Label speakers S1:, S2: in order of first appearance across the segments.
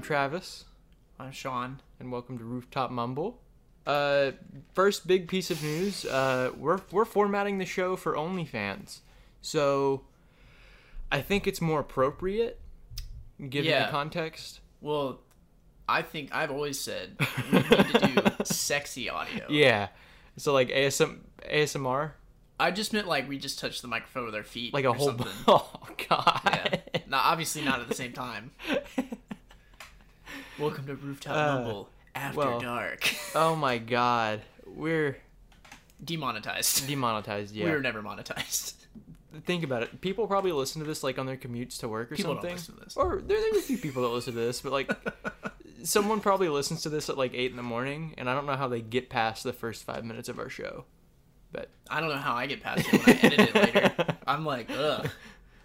S1: Travis. I'm Sean, and welcome to Rooftop Mumble. Uh, first big piece of news: uh, we're we're formatting the show for OnlyFans, so I think it's more appropriate given
S2: Yeah.
S1: the context.
S2: Well, I think I've always said we need to do sexy audio.
S1: Yeah, so like ASM ASMR,
S2: I just meant like we just touch the microphone with our feet,
S1: like a
S2: or
S1: whole.
S2: something.
S1: Oh God.
S2: yeah. No, obviously not at the same time. Welcome to Rooftop Mumble After
S1: Uh, well.
S2: Dark.
S1: Oh my God. We're
S2: Demonetized.
S1: demonetized. Yeah.
S2: We were never monetized.
S1: think about it. People probably listen to this like on their commutes to work or
S2: People don't
S1: something.
S2: listen to this.
S1: Or there, there's a few people that listen to this, but like someone probably listens to this at like eight in the morning, and I don't know how they get past the first five minutes of our show. But
S2: I don't know how I get past it when I edit it later. I'm like, ugh.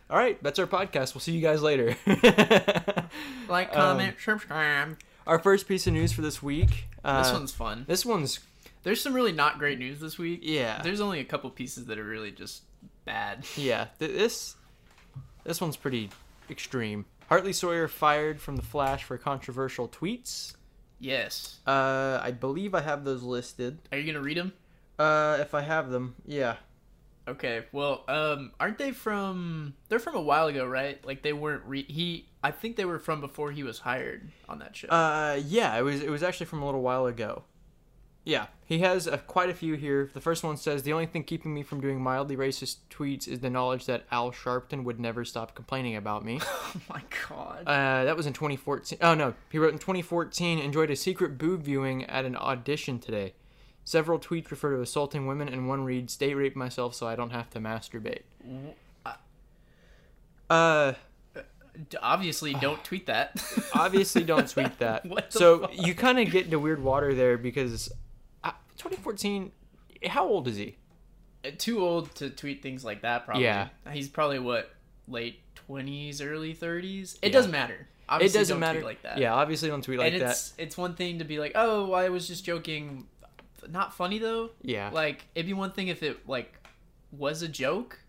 S1: all right, that's our podcast. We'll see you guys later. Um,
S2: Like, comment, subscribe.
S1: our first piece of news for this week. Uh,
S2: This one's fun.
S1: this one's
S2: There's some really not great news this week.
S1: Yeah.
S2: There's only a couple pieces that are really just bad.
S1: yeah. Th- this this one's pretty extreme. Hartley Sawyer fired from the Flash for controversial tweets.
S2: Yes.
S1: Uh, I believe I have those listed.
S2: Are you gonna read them?
S1: Uh, if I have them, yeah.
S2: Okay. Well, um, aren't they from? They're from a while ago, right? Like they weren't. Re- he. I think they were from before he was hired on that show.
S1: Uh, yeah. It was it was actually from a little while ago. Yeah, he has uh quite a few here. The first one says the only thing keeping me from doing mildly racist tweets is the knowledge that Al Sharpton would never stop complaining about me.
S2: oh my god.
S1: Uh, that was in 2014. Oh no, he wrote in 2014. Enjoyed a secret boob viewing at an audition today. Several tweets refer to assaulting women, and one reads, "Date rape myself so I don't have to masturbate." Uh,
S2: D- Obviously, don't tweet that.
S1: obviously don't tweet that.
S2: What the
S1: so
S2: fuck?
S1: you kind of get into weird water there because uh, 2014. How old is he?
S2: Uh, Too old to tweet things like that. Probably.
S1: Yeah.
S2: He's probably what late twenties, early thirties. It doesn't matter. Obviously,
S1: it doesn't
S2: don't
S1: matter.
S2: Tweet like that.
S1: Yeah, obviously don't tweet like
S2: and
S1: that.
S2: it's it's one thing to be like, oh, I was just joking. Not funny though.
S1: Yeah,
S2: Like it'd be one thing if it like was a joke,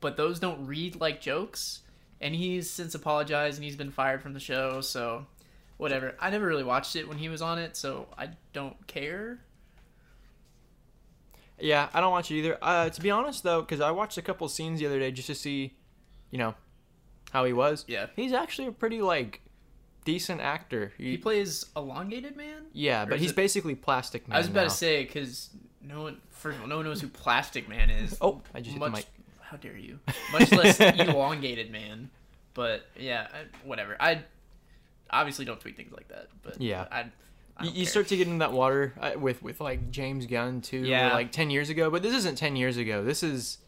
S2: but those don't read like jokes. And he's since apologized and he's been fired from the show, so whatever. I never really watched it when he was on it, so I don't care.
S1: yeah. I don't watch it either. Uh, to be honest though, because I watched a couple scenes the other day just to see, you know, how he was.
S2: Yeah.
S1: he's actually a pretty like decent actor. He-
S2: He plays elongated man.
S1: yeah, but
S2: is
S1: he's
S2: it-
S1: basically plastic man.
S2: I was about
S1: now.
S2: to say because no one, first of all, no one knows who Plastic Man is.
S1: Oh, I just hit the
S2: much.
S1: mic.
S2: How dare you? Much less elongated man. But yeah, I, whatever. I obviously don't tweet things like that. But
S1: Yeah.
S2: I, I
S1: You,
S2: don't
S1: you
S2: care.
S1: start to get in that water uh, with with like James Gunn too, where,
S2: Yeah.
S1: like ten years ago. But this isn't ten years ago. This is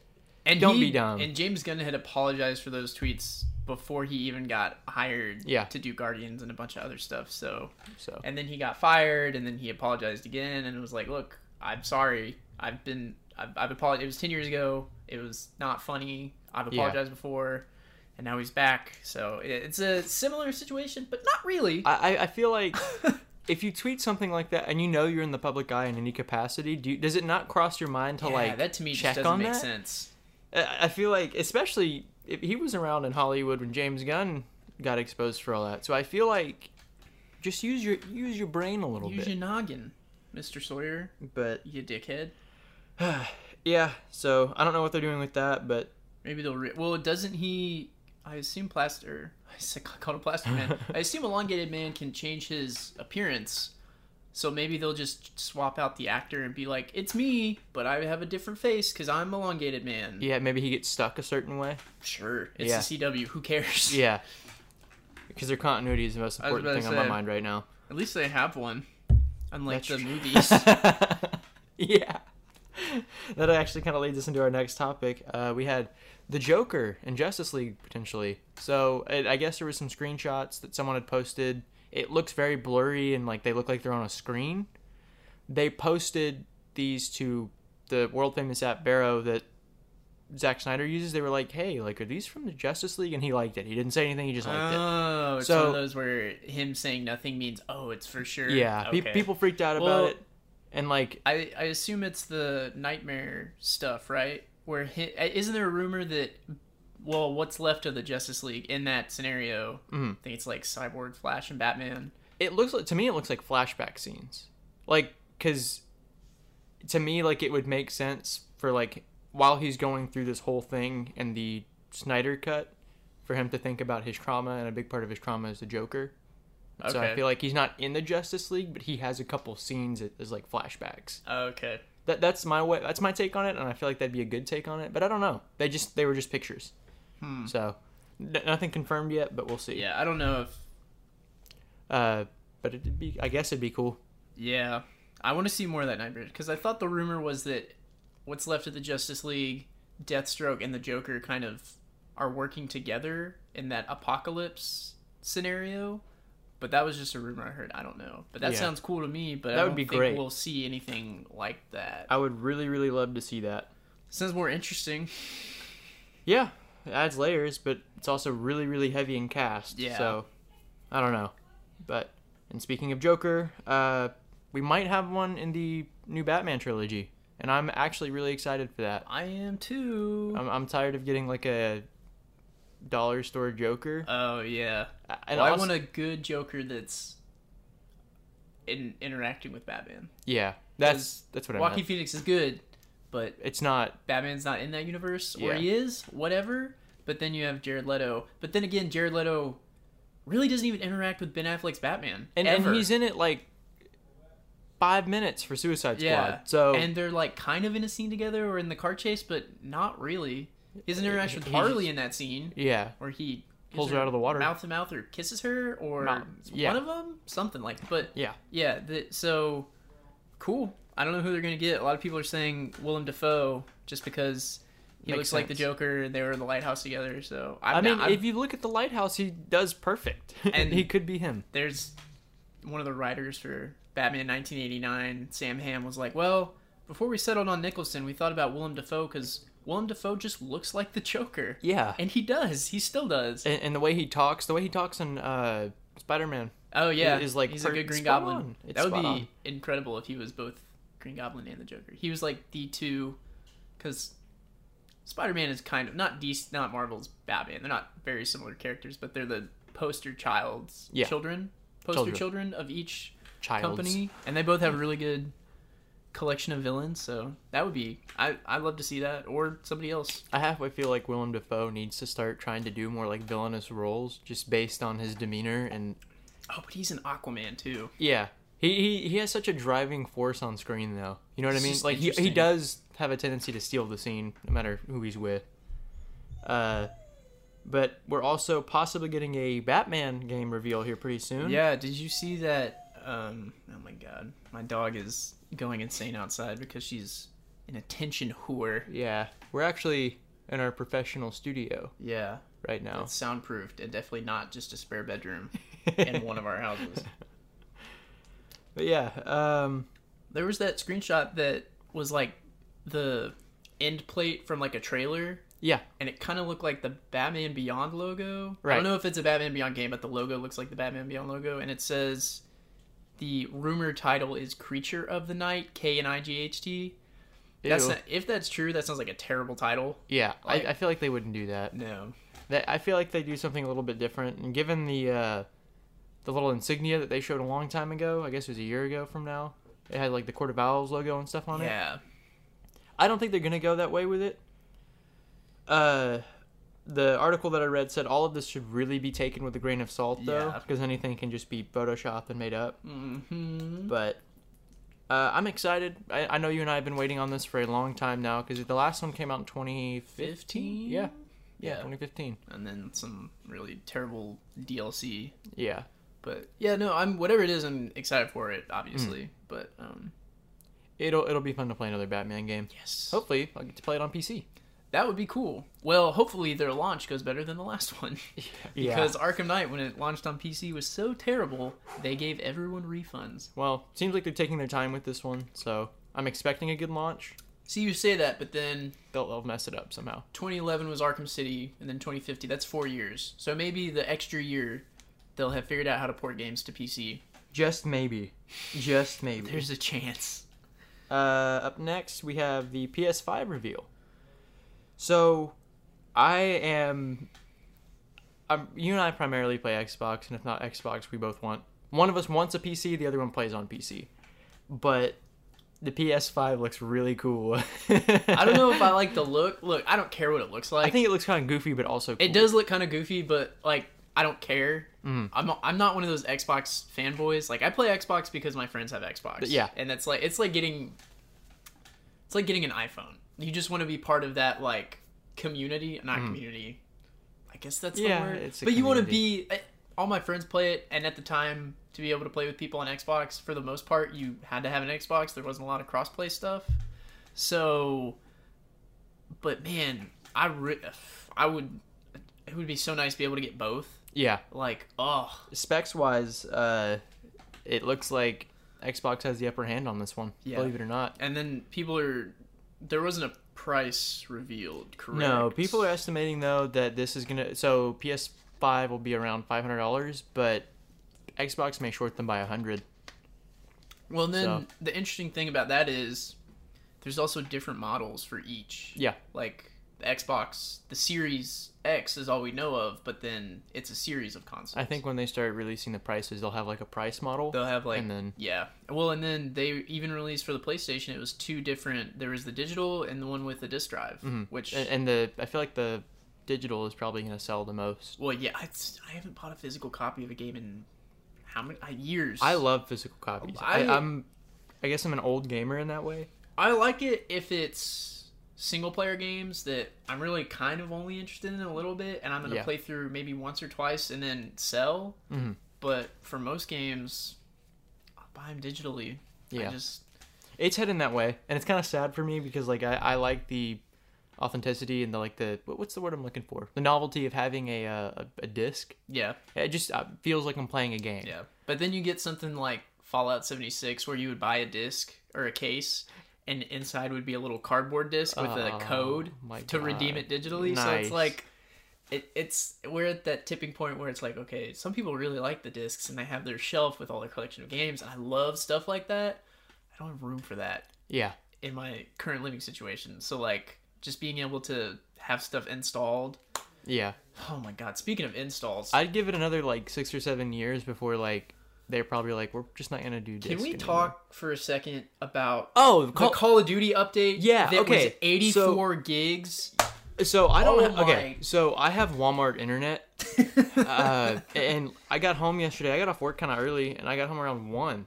S2: and
S1: don't
S2: he-
S1: be dumb.
S2: And James Gunn had apologized for those tweets before he even got hired.
S1: Yeah.
S2: to do Guardians and a bunch of other stuff. So
S1: so.
S2: and then he got fired and then he apologized again and was like look i'm sorry i've been i've, I've apologized it was 10 years ago it was not funny i've
S1: Yeah.
S2: apologized before and now he's back so it- it's a similar situation but not really
S1: I, I- I feel like if you tweet something like that and you know you're in the public eye in any capacity, do you, does it not cross your mind to
S2: yeah,
S1: like
S2: that to me
S1: check
S2: just doesn't
S1: on
S2: make
S1: that?
S2: sense
S1: I I feel like, especially if he was around in Hollywood when James Gunn got exposed for all that, so I feel like just use your use your brain a little
S2: use
S1: bit.
S2: your noggin mr sawyer
S1: But
S2: you dickhead
S1: yeah, so I don't know what they're doing with that, but
S2: maybe they'll re- well doesn't he i assume plaster i said- I called him plaster man i assume elongated man can change his appearance so maybe they'll just swap out the actor and be like it's me but i have a different face because i'm elongated man
S1: yeah, maybe he gets stuck a certain way.
S2: sure it's
S1: Yeah.
S2: the cw who cares
S1: Yeah, because their continuity is the most
S2: I was
S1: important thing
S2: about
S1: on
S2: to
S1: my
S2: say.
S1: mind right now.
S2: at least they have one unlike
S1: That's
S2: the
S1: true.
S2: movies
S1: yeah. That actually kind of leads us into our next topic. Uh, we had the Joker and Justice League potentially. So I I guess there were some screenshots that someone had posted. It looks very blurry and like they look like they're on a screen. They posted these to the world famous app Barrow that Zack Snyder uses. They were like, "Hey, like are these from the Justice League?" And he liked it. He didn't say anything. He just liked it.
S2: oh it's
S1: So-
S2: one of those where him saying nothing means oh it's for sure
S1: Yeah, pe-
S2: Okay.
S1: people freaked out about
S2: Well-
S1: it, and like
S2: I, I eh, assume it's the nightmare stuff, right? Where hi isn't there a rumor that well, what's left of the Justice League in that scenario? I think it's like Cyborg, Flash, and Batman.
S1: It looks like to me it looks like flashback scenes, like because to me like it would make sense for like while he's going through this whole thing in the Snyder cut for him to think about his trauma and a big part of his trauma is the Joker. So I
S2: Okay.
S1: feel like he's not in the Justice League, but he has a couple scenes that is like flashbacks.
S2: Oh, Okay.
S1: That that's my way. That's my take on it, and I feel like that'd be a good take on it. But I don't know. They just they were just pictures. So n- nothing confirmed yet, but we'll see.
S2: Hmm. Yeah, I don't know if.
S1: Uh, but it'd be I guess it'd be cool.
S2: Yeah, I want to see more of that Nightbreed because I thought the rumor was that what's left of the Justice League, Deathstroke, and the Joker kind of are working together in that apocalypse scenario. But that was just a rumor I heard. I don't know, but that
S1: Yeah.
S2: sounds cool to me. But I
S1: That would
S2: don't
S1: be
S2: think
S1: great.
S2: we'll see anything like that.
S1: I would really really love to see that.
S2: Sounds more interesting.
S1: Yeah, it adds layers, but it's also really really heavy in cast.
S2: Yeah.
S1: So I don't know. But and speaking of Joker, uh, we might have one in the new Batman trilogy, and I'm actually really excited for that.
S2: I am too.
S1: I'm, I'm tired of getting like a dollar store Joker.
S2: oh yeah.
S1: and
S2: Well, I
S1: also-
S2: want a good Joker that's in interacting with Batman.
S1: Yeah, that's that's what I
S2: Joaquin
S1: meant.
S2: Phoenix is good, but
S1: It's not.
S2: Batman's not in that universe, or
S1: Yeah.
S2: he is, whatever. But then you have Jared Leto. But then again, Jared Leto really doesn't even interact with Ben Affleck's Batman.
S1: And,
S2: ever.
S1: and he's in it like five minutes for Suicide Squad.
S2: yeah.
S1: So
S2: and they're like kind of in a scene together or in the car chase, but not really. His interaction with
S1: He-
S2: Harley in that scene,
S1: yeah,
S2: where he gives
S1: Pulls her out of the water.
S2: mouth to mouth, or kisses her, or
S1: Mouth- yeah.
S2: one of them, something like. But
S1: yeah,
S2: yeah, the, so cool. I don't know who they're gonna get. A lot of people are saying Willem Dafoe just because he
S1: Makes
S2: looks like the
S1: sense.
S2: Joker. and They were in the lighthouse together, so I'm
S1: I mean,
S2: not- I'm-
S1: if you look at the lighthouse, he does perfect, and
S2: And-
S1: he could be him.
S2: there's one of the writers for Batman 1989, Sam Hamm, was like, well, before we settled on Nicholson, we thought about Willem Dafoe because Willem Dafoe just looks like the Joker,
S1: Yeah, and,
S2: and he does. He still does.
S1: and, the way he talks, the way he talks in uh, Spider Man,
S2: Oh yeah,
S1: is, like,
S2: he's
S1: per-
S2: a good Green
S1: spot
S2: Goblin.
S1: on. It's
S2: That would
S1: spot
S2: be
S1: on.
S2: incredible if he was both Green Goblin and the Joker. He was like the two, because Spider-Man is kind of not DC, not Marvel's Batman. They're not very similar characters, but they're the poster childs,
S1: Yeah.
S2: children, poster
S1: Children.
S2: children, of each
S1: Childs.
S2: company, and they both have a really good collection of villains. So that would be I I love to see that or somebody else.
S1: I halfway feel like Willem Dafoe needs to start trying to do more like villainous roles, just based on his demeanor and
S2: Oh, but he's an Aquaman too.
S1: Yeah. He, he he has such a driving force on screen though. You know what
S2: It's
S1: I mean?
S2: just
S1: Like he, he
S2: interesting.
S1: does have a tendency to steal the scene no matter who he's with. Uh but we're also possibly getting a Batman game reveal here pretty soon.
S2: Yeah, did you see that? Um, oh my god, my dog is going insane outside because she's an attention whore.
S1: Yeah. We're actually in our professional studio
S2: Yeah,
S1: right now.
S2: it's soundproofed and definitely not just a spare bedroom in one of our houses.
S1: But yeah, um
S2: There was that screenshot that was like the end plate from like a trailer,
S1: yeah,
S2: and it kind of looked like the Batman Beyond logo. I
S1: Right.
S2: don't know if it's a Batman Beyond game, but the logo looks like the Batman Beyond logo, and it says the rumor title is Creature of the Night, K and I G H T. That's
S1: Ew.
S2: not, if that's true, that sounds like a terrible title.
S1: yeah.
S2: like-
S1: I, I feel like they wouldn't do that.
S2: No.
S1: That I feel like they do something a little bit different. And given the uh, the little insignia that they showed a long time ago, I guess it was a year ago from now, it had like the Court of Owls logo and stuff on it.
S2: Yeah.
S1: I don't think they're gonna go that way with it. Uh, the article that I read said all of this should really be taken with a grain of salt, though,
S2: Yeah.
S1: because anything can just be photoshopped and made up.
S2: Mm-hmm.
S1: But uh, I'm excited. I, I know you and I have been waiting on this for a long time now because the last one came out in 2015.
S2: 15?
S1: Yeah, yeah,
S2: Yeah.
S1: 2015.
S2: And then some really terrible DLC.
S1: Yeah.
S2: But yeah, no, I'm whatever it is, I'm excited for it, obviously. But um
S1: It'll it'll be fun to play another Batman game.
S2: yes.
S1: Hopefully, I'll get to play it on PC.
S2: That would be cool. Well, hopefully their launch goes better than the last one. because Arkham Knight when it launched on PC was so terrible, they gave everyone refunds.
S1: well, seems like they're taking their time with this one, so I'm expecting a good launch.
S2: See, you say that, but then
S1: They'll, they'll mess it up somehow.
S2: 2011 was Arkham City, and then 2050. That's four years. So maybe the extra year, they'll have figured out how to port games to PC.
S1: Just maybe. Just maybe.
S2: There's a chance.
S1: uh, up next, we have the PS5 reveal. So, I am. I'm, you and I primarily play Xbox, and if not Xbox, we both want one of us wants a PC, the other one plays on PC. But the PS5 looks really cool.
S2: I don't know if I like the look. Look, I don't care what it looks like.
S1: I think it looks kind of goofy, but also cool.
S2: it does look kind of goofy, but like I don't care. I'm I'm not one of those Xbox fanboys. Like I play Xbox because my friends have Xbox.
S1: Yeah.
S2: and that's like it's like getting it's like getting an iPhone. You just want to be part of that like community, not community. I guess that's
S1: Yeah,
S2: the word.
S1: it's a
S2: but you want to be. I- All my friends play it, and at the time, to be able to play with people on Xbox, for the most part, you had to have an Xbox. There wasn't a lot of crossplay stuff, so. But man, I re- I would. It would be so nice to be able to get both.
S1: Yeah.
S2: Like, oh,
S1: Specs wise, uh, it looks like Xbox has the upper hand on this one.
S2: Yeah.
S1: Believe it or not.
S2: and then people are there wasn't a price revealed correct
S1: No, people are estimating though that this is gonna. So PS5 will be around five hundred dollars, but Xbox may short them by a hundred.
S2: well and then
S1: so-
S2: the interesting thing about that is there's also different models for each
S1: Yeah.
S2: like the xbox the series x is all we know of but then it's a series of consoles
S1: I think when they start releasing the prices, they'll have like a price model.
S2: they'll have like
S1: and then
S2: yeah well and then they even released for the playstation it was two different there was the digital and the one with the disk drive which
S1: Mm-hmm. and, and the I feel like the digital is probably gonna sell the most.
S2: well yeah I, I haven't bought a physical copy of a game in how many uh, years
S1: I love physical copies. I,
S2: I-
S1: I'm, I guess I'm an old gamer in that way.
S2: I like it if it's single player games that I'm really kind of only interested in a little bit and I'm going to
S1: Yeah.
S2: play through maybe once or twice and then sell.
S1: Mhm.
S2: But for most games, I'll buy them digitally. I
S1: Yeah.
S2: just,
S1: it's heading that way and it's kind of sad for me because like I, I like the authenticity and the like the what- what's the word i'm looking for the novelty of having a uh, a, a disc
S2: yeah,
S1: it just uh, feels like i'm playing a game
S2: yeah. But then you get something like Fallout 76 where you would buy a disc or a case and inside would be a little cardboard disc with
S1: Oh,
S2: a code
S1: my
S2: to redeem
S1: God.
S2: it digitally. So it's
S1: Nice.
S2: like, it, it's we're at that tipping point where it's like okay some people really like the discs and they have their shelf with all their collection of games and i love stuff like that i don't have room for that
S1: yeah
S2: in my current living situation so like just being able to have stuff installed
S1: yeah
S2: oh my god speaking of installs
S1: i'd give it another like six or seven years before like they're probably like we're just not gonna do disc
S2: can we
S1: anymore."
S2: talk for a second about
S1: oh
S2: the call of duty update
S1: Yeah,
S2: that was
S1: okay,
S2: 84 gigs
S1: so i don't
S2: Oh
S1: have, okay
S2: my-
S1: so i have walmart internet uh, and I got home yesterday. I got off work kind of early, and I got home around one.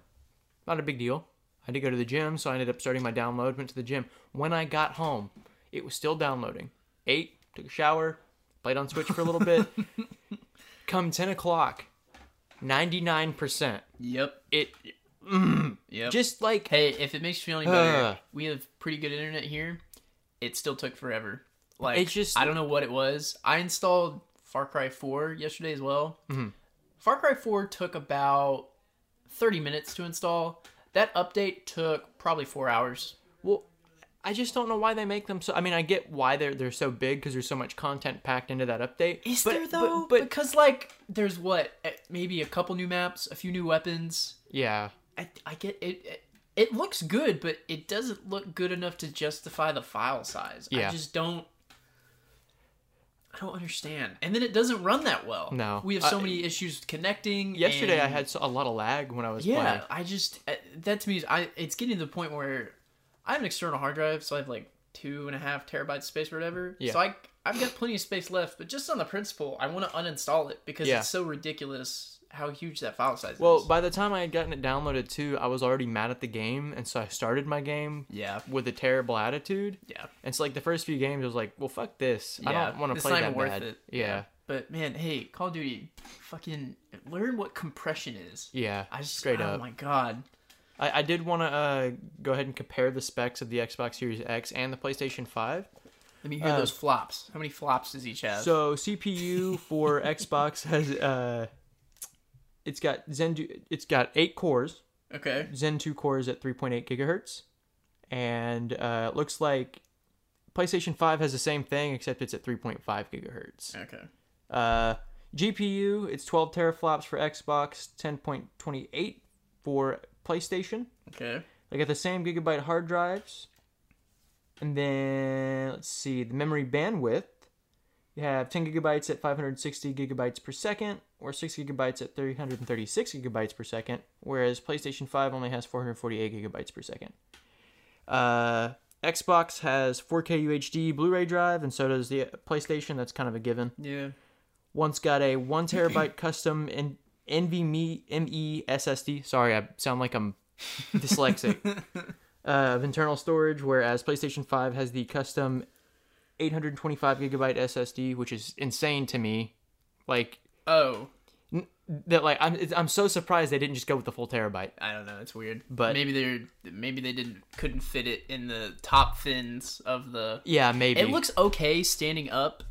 S1: Not a big deal. I did go to the gym, so I ended up starting my download. Went to the gym. When I got home, it was still downloading. Ate, took a shower, played on Switch for a little bit. Come ten o'clock, ninety nine percent.
S2: yep
S1: It
S2: yep
S1: just like
S2: Hey, if it makes you feel any better,
S1: Ugh.
S2: we have pretty good internet here. It still took forever. Like
S1: It's just-
S2: I don't know what it was. I installed Far Cry 4 yesterday as well. Far Cry 4 took about 30 minutes to install. That update took probably 4 hours.
S1: well. I just don't know why they make them so. I mean, I get why they're they're so big because there's so much content packed into that update.
S2: Is
S1: But-
S2: there though?
S1: But, but
S2: because like there's what eh, maybe a couple new maps, a few new weapons.
S1: yeah,
S2: I, I get it, it. It looks good, but it doesn't look good enough to justify the file size.
S1: Yeah.
S2: I just don't. I don't understand. And then it doesn't run that well.
S1: No.
S2: we have so
S1: I-
S2: many issues connecting.
S1: yesterday I
S2: and-
S1: had so- a lot of lag when I was
S2: Yeah,
S1: playing.
S2: I just eh, that to me is I. It's getting to the point where I have an external hard drive, so I have like two and a half terabytes of space or whatever.
S1: Yeah.
S2: So I I've got plenty of space left, but just on the principle, I want to uninstall it because
S1: Yeah.
S2: it's so ridiculous how huge that file size
S1: Well,
S2: is.
S1: by the time I had gotten it downloaded too, I was already mad at the game, and so I started my game
S2: yeah,
S1: with a terrible attitude.
S2: yeah.
S1: And so, like the first few games, I was like, "Well, fuck this! I
S2: Yeah,
S1: don't want to
S2: it's
S1: play
S2: not
S1: that
S2: even worth
S1: bad."
S2: it.
S1: Yeah,
S2: But man, hey, Call of Duty, fucking learn what compression is.
S1: yeah,
S2: I just
S1: straight
S2: oh
S1: up.
S2: my god.
S1: I, I did want to uh, go ahead and compare the specs of the Xbox Series X and the PlayStation Five.
S2: Let me hear
S1: Uh,
S2: those flops. How many flops does each have?
S1: So CPU for Xbox has uh, it's got Zen, two- it's got eight cores.
S2: okay.
S1: Zen 2 cores at 3.8 gigahertz, and uh, it looks like PlayStation 5 has the same thing except it's at 3.5 gigahertz.
S2: Okay.
S1: Uh, GPU, it's 12 teraflops for Xbox, 10.28 for PlayStation.
S2: Okay.
S1: They got the same gigabyte hard drives, and then let's see the memory bandwidth You have 10 gigabytes at 560 gigabytes per second, or 6 gigabytes at 336 gigabytes per second, whereas PlayStation 5 only has 448 gigabytes per second. Uh, Xbox has 4K UHD Blu ray drive, and so does the PlayStation. That's kind of a given.
S2: Yeah.
S1: One's got a 1 terabyte custom N- E, NVMe ME SSD. Sorry, I sound like I'm dyslexic. uh, of internal storage, whereas PlayStation 5 has the custom 825 gigabyte SSD, which is insane to me. Like
S2: Oh,
S1: that, like I'm it's- I'm so surprised they didn't just go with the full terabyte.
S2: I don't know. It's weird.
S1: But-
S2: maybe they're maybe they didn't couldn't fit it in the top fins of the.
S1: Yeah, maybe
S2: It looks okay standing up.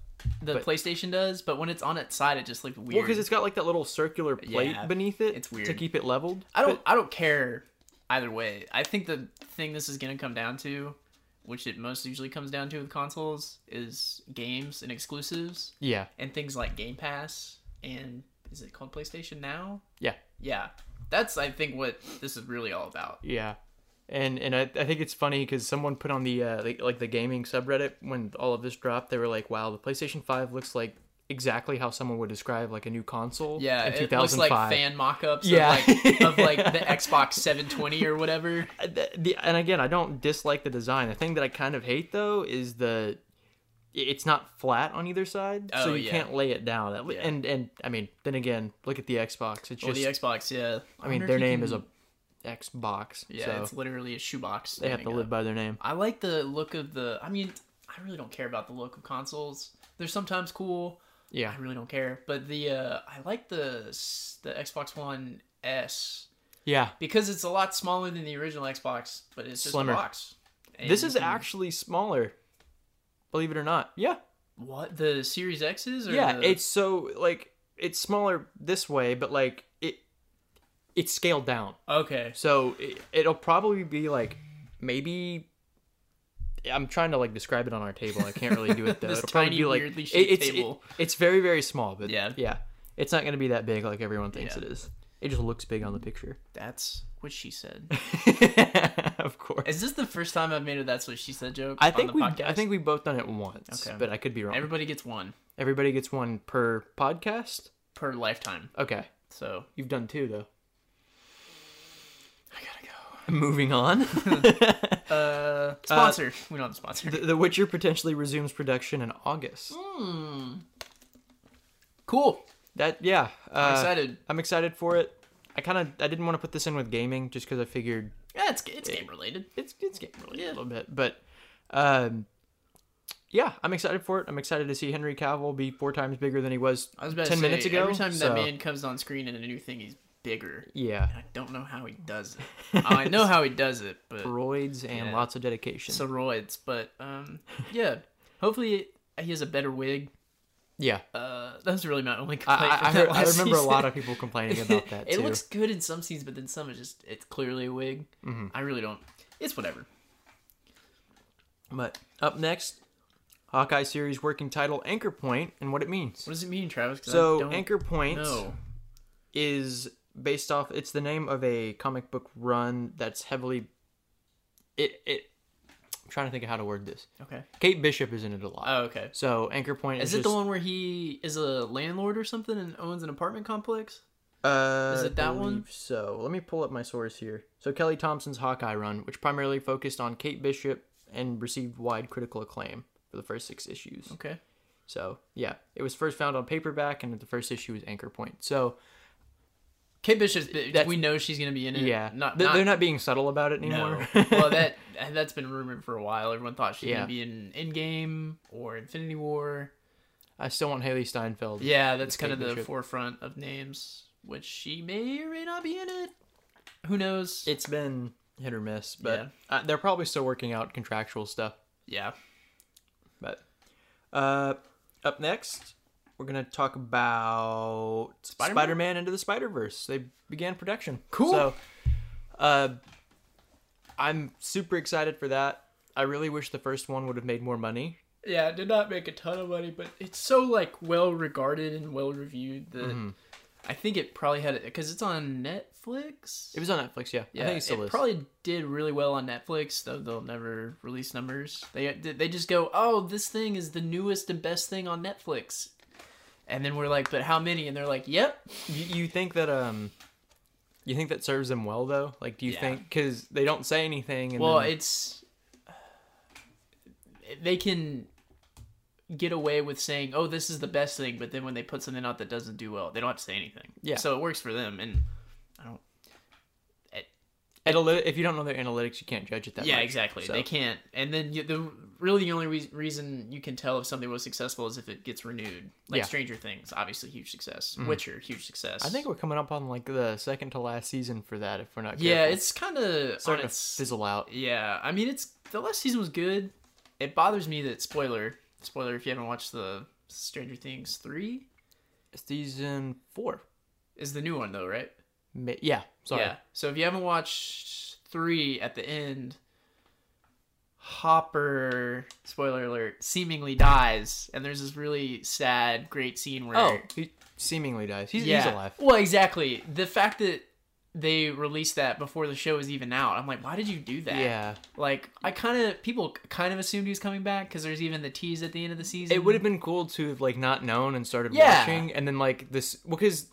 S2: The
S1: But-
S2: PlayStation does, but when it's on its side, it just looked weird.
S1: well because it's got like that little circular plate
S2: Yeah,
S1: beneath it.
S2: it's
S1: to
S2: weird.
S1: keep it leveled.
S2: I don't
S1: but-
S2: I don't care either way. I think the thing this is gonna come down to, which it most usually comes down to with consoles, is games and exclusives
S1: yeah,
S2: and things like Game Pass and is it called PlayStation Now?
S1: yeah,
S2: Yeah. That's I think what this is really all about.
S1: yeah. And and I, I think it's funny because someone put on the uh, like, like the gaming subreddit when all of this dropped, they were like, "Wow, the PlayStation 5 looks like exactly how someone would describe like a new console."
S2: Yeah,
S1: in
S2: it looks like
S1: 2005."
S2: fan mock-ups
S1: Yeah.
S2: of like of like the Xbox 720 or whatever.
S1: Uh, the, the, and again, I don't dislike the design. The thing that I kind of hate though is the it's not flat on either side, so
S2: Oh,
S1: you
S2: yeah.
S1: can't lay it down. At le-
S2: Yeah.
S1: And and I mean, then again, look at the Xbox. It's
S2: Or
S1: just
S2: the Xbox, yeah.
S1: I mean,
S2: wonder if
S1: their
S2: you
S1: name
S2: can-
S1: is a Xbox,
S2: yeah,
S1: so
S2: it's literally a shoebox.
S1: they have to
S2: standing up.
S1: live by their name.
S2: I like the look of the. I mean, I really don't care about the look of consoles. They're sometimes cool.
S1: Yeah,
S2: I really don't care. But the uh, I like the s- the Xbox One S
S1: yeah.
S2: because it's a lot smaller than the original Xbox, but it's just
S1: Slimmer.
S2: a box. And
S1: this
S2: you
S1: is
S2: can-
S1: actually smaller, believe it or not. Yeah,
S2: what the Series X's. Or
S1: yeah.
S2: the-
S1: It's so like it's smaller this way, but like it it's scaled down.
S2: okay.
S1: So it, it'll probably be like maybe. I'm trying to like describe it on our table. I can't really do it though.
S2: This
S1: it'll probably
S2: tiny,
S1: be like
S2: weirdly
S1: it-
S2: shaped
S1: it's, it-
S2: table.
S1: it's very very small, but yeah,
S2: Yeah.
S1: yeah, it's not going to be that big like everyone thinks
S2: Yeah.
S1: it is. It just looks big on the picture.
S2: That's what she said.
S1: of course.
S2: is this the first time I've made a "That's what she said" joke?
S1: I
S2: on
S1: think
S2: the
S1: we
S2: podcast?
S1: I think we both done it once,
S2: Okay.
S1: but I could be wrong.
S2: everybody gets one
S1: Everybody gets one per podcast.
S2: per lifetime.
S1: Okay,
S2: So
S1: you've done two though.
S2: I gotta go.
S1: Moving on.
S2: Uh, sponsor. we don't have a sponsor.
S1: the, the Witcher potentially resumes production in August.
S2: cool.
S1: That yeah.
S2: I'm
S1: uh,
S2: excited.
S1: I'm excited for it. I kind of I didn't want to put this in with gaming just because I figured
S2: Yeah, it's it's game related.
S1: it's it's game related a
S2: Yeah.
S1: little bit, but um, yeah, I'm excited for it. I'm excited to see Henry Cavill be four times bigger than he was,
S2: I was about
S1: ten
S2: to say,
S1: minutes ago.
S2: Every time
S1: so,
S2: that man comes on screen in a new thing, he's bigger.
S1: yeah,
S2: I don't know how he does it. Uh, I know how he does it, but
S1: roids and
S2: Yeah.
S1: lots of dedication.
S2: steroids. But um, yeah. Hopefully, he has a better wig.
S1: yeah,
S2: Uh, that was really my only
S1: I,
S2: complaint.
S1: I, I,
S2: from
S1: heard-
S2: that
S1: I
S2: last
S1: remember a lot
S2: season.
S1: of people complaining about that
S2: it
S1: too.
S2: looks good in some scenes, but then some is just it's clearly a wig.
S1: Mm-hmm.
S2: I really don't. It's whatever.
S1: But up next, Hawkeye series working title Anchor Point and what it means.
S2: What does it mean, Travis? 'Cause I
S1: So
S2: don't
S1: Anchor Point.
S2: know.
S1: is based off it's the name of a comic book run that's heavily it it I'm trying to think of how to word this.
S2: Okay.
S1: Kate Bishop is in it a lot.
S2: Oh, okay.
S1: so Anchor Point
S2: Is
S1: is,
S2: it the
S1: just-
S2: one where he is a landlord or something and owns an apartment complex?
S1: Uh,
S2: is it that
S1: I believe
S2: one?
S1: So let me pull up my source here. So Kelly Thompson's Hawkeye run, which primarily focused on Kate Bishop and received wide critical acclaim for the first six issues.
S2: Okay.
S1: So yeah, it was first found on paperback, and the first issue was Anchor Point. So
S2: Kate Bishop's. bi-
S1: That's-
S2: we know she's gonna be in it.
S1: yeah,
S2: Mm, Not.
S1: th-
S2: not,
S1: they're not being subtle about it
S2: No.
S1: anymore.
S2: well, that that's been rumored for a while. Everyone thought she was
S1: Yeah.
S2: gonna be in Endgame or Infinity War.
S1: I still want Haley Steinfeld.
S2: Yeah, that's
S1: Kate
S2: kind of the
S1: Bishop.
S2: forefront of names, which she may or may not be in it. Who knows?
S1: it's been hit or miss, but
S2: Yeah.
S1: uh, they're probably still working out contractual stuff.
S2: yeah.
S1: But uh, up next, we're gonna talk about
S2: Spider-Man?
S1: Spider Man into the Spider Verse. They began production.
S2: Cool.
S1: So, uh, I'm super excited for that. I really wish the first one would have made more money.
S2: Yeah, it
S1: Mm-hmm.
S2: did not make a ton of money, but it's so like well regarded and well reviewed that I think it probably had it because it's on Netflix.
S1: It was on Netflix, yeah. I
S2: yeah,
S1: think it still
S2: it
S1: is.
S2: probably did really well on Netflix. Though they'll never release numbers. They they just go, oh, this thing is the newest and best thing on Netflix, and then we're like, but how many? And they're like, yep,
S1: you, you think that um, you think that serves them well though? Like, do you
S2: Yeah.
S1: think because they don't say anything? And
S2: Well,
S1: then-
S2: it's they can get away with saying, "Oh, this is the best thing," but then when they put something out that doesn't do well, they don't have to say anything.
S1: Yeah.
S2: So it works for them, and
S1: Analy- if you don't know their analytics, you can't judge it that
S2: yeah,
S1: much.
S2: exactly.
S1: So-
S2: They can't. And then you, the really the only re- reason you can tell if something was successful is if it gets renewed.
S1: Yeah.
S2: Like
S1: Mm-hmm.
S2: Stranger Things, obviously huge success. Witcher, huge success.
S1: I think we're coming up on like the second to last season for that. If we're not
S2: yeah,
S1: careful.
S2: it's kind of
S1: starting to fizzle out.
S2: Yeah, I mean it's the last season was good. It bothers me that spoiler spoiler if you haven't watched the Stranger Things three
S1: Season four.
S2: is the new one though, right?
S1: Ma- Yeah, sorry.
S2: Yeah. So if you haven't watched three at the end, Hopper spoiler alert seemingly dies, and there's this really sad great scene where
S1: Oh, he seemingly dies. He's, he's alive.
S2: Well, exactly. The fact that they released that before the show was even out, I'm like, why did you do that?
S1: Yeah,
S2: Like I kind of people kind of assumed he was coming back because there's even the tease at the end of the season.
S1: it would have been cool to have like not known and started
S2: Yeah.
S1: watching, and then like this because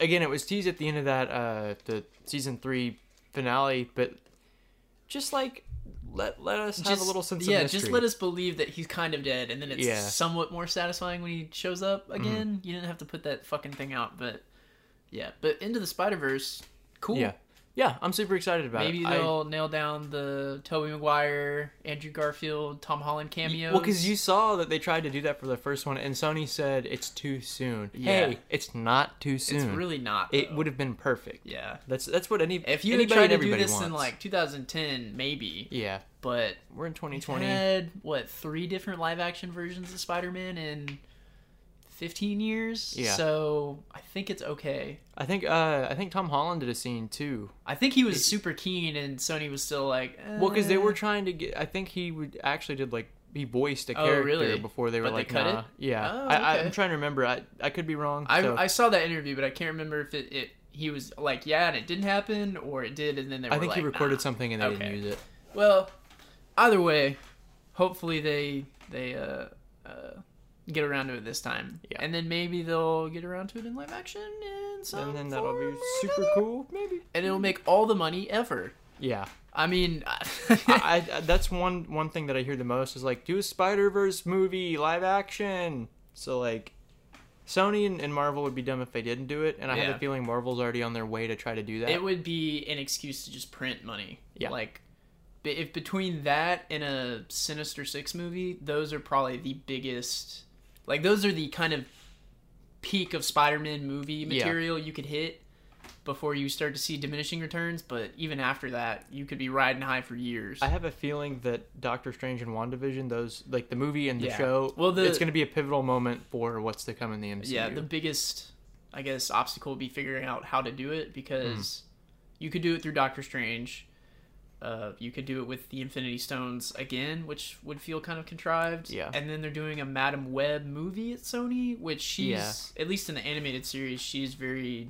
S1: again it was teased at the end of that uh the season three finale, but just like let let us have a little sense
S2: yeah,
S1: of mystery.
S2: just let us believe that he's kind of dead, and then it's
S1: Yeah. Mm-hmm.
S2: somewhat more satisfying when he shows up again. You didn't have to put that fucking thing out, but yeah. But into the Spider Verse, cool.
S1: Yeah, yeah, I'm super excited about
S2: Maybe
S1: it. I-
S2: they'll nail down the Tobey Maguire, Andrew Garfield, Tom Holland cameos.
S1: Well, because you saw that they tried to do that for the first one, and Sony said it's too soon.
S2: Yeah.
S1: Hey, it's not too soon.
S2: it's really not.
S1: it
S2: though.
S1: would have been perfect.
S2: yeah.
S1: That's that's what any
S2: If you had
S1: anybody
S2: tried
S1: and
S2: to do
S1: everybody
S2: this in
S1: wants.
S2: like 2010, maybe,
S1: yeah,
S2: but
S1: we're in 2020.
S2: we had what three different live action versions of Spider-Man in 15 years.
S1: Yeah.
S2: So I think it's okay.
S1: I think uh I think Tom Holland did a scene too.
S2: I think he was super keen, and Sony was still like, eh.
S1: Well, because they were trying to get. I think he would actually did like he voiced a
S2: Oh,
S1: character
S2: really?
S1: before they were
S2: But they
S1: like
S2: cut it?
S1: nah. Yeah,
S2: Oh,
S1: I, I,
S2: okay.
S1: I'm trying to remember. I I could be wrong.
S2: I,
S1: so-
S2: I saw that interview, but I can't remember if it, it he was like, yeah, and it didn't happen, or it did, and then they were
S1: I think
S2: like,
S1: he recorded
S2: nah.
S1: something and they
S2: Okay.
S1: didn't use it.
S2: Well, either way, hopefully they they uh, uh, get around to it this time,
S1: Yeah.
S2: and then maybe they'll get around to it in live action, and some
S1: And then that'll
S2: form
S1: be
S2: or
S1: super
S2: another.
S1: cool, maybe.
S2: and it'll make all the money ever.
S1: Yeah.
S2: I mean,
S1: I, I that's one one thing that I hear the most is like do a Spider Verse movie live action. So like, Sony and, and Marvel would be dumb if they didn't do it, and I have
S2: Yeah.
S1: a feeling Marvel's already on their way to try to do that.
S2: it would be an excuse to just print money.
S1: Yeah.
S2: Like, b- if between that and a Sinister Six movie, those are probably the biggest. Like, those are the kind of peak of Spider-Man movie material you could hit before you start to see diminishing returns. But even after that, you could be riding high for years.
S1: I have a feeling that Doctor Strange and WandaVision, those like the movie and the
S2: Yeah.
S1: show,
S2: Well, the-
S1: it's going to be a pivotal moment for what's to come in the MCU.
S2: yeah the biggest i guess obstacle would be figuring out how to do it because you could do it through doctor strange uh, you could do it with the infinity stones again which would feel kind of contrived
S1: Yeah.
S2: and then they're doing a madam web movie at sony which she's
S1: Yeah.
S2: at least in the animated series she's very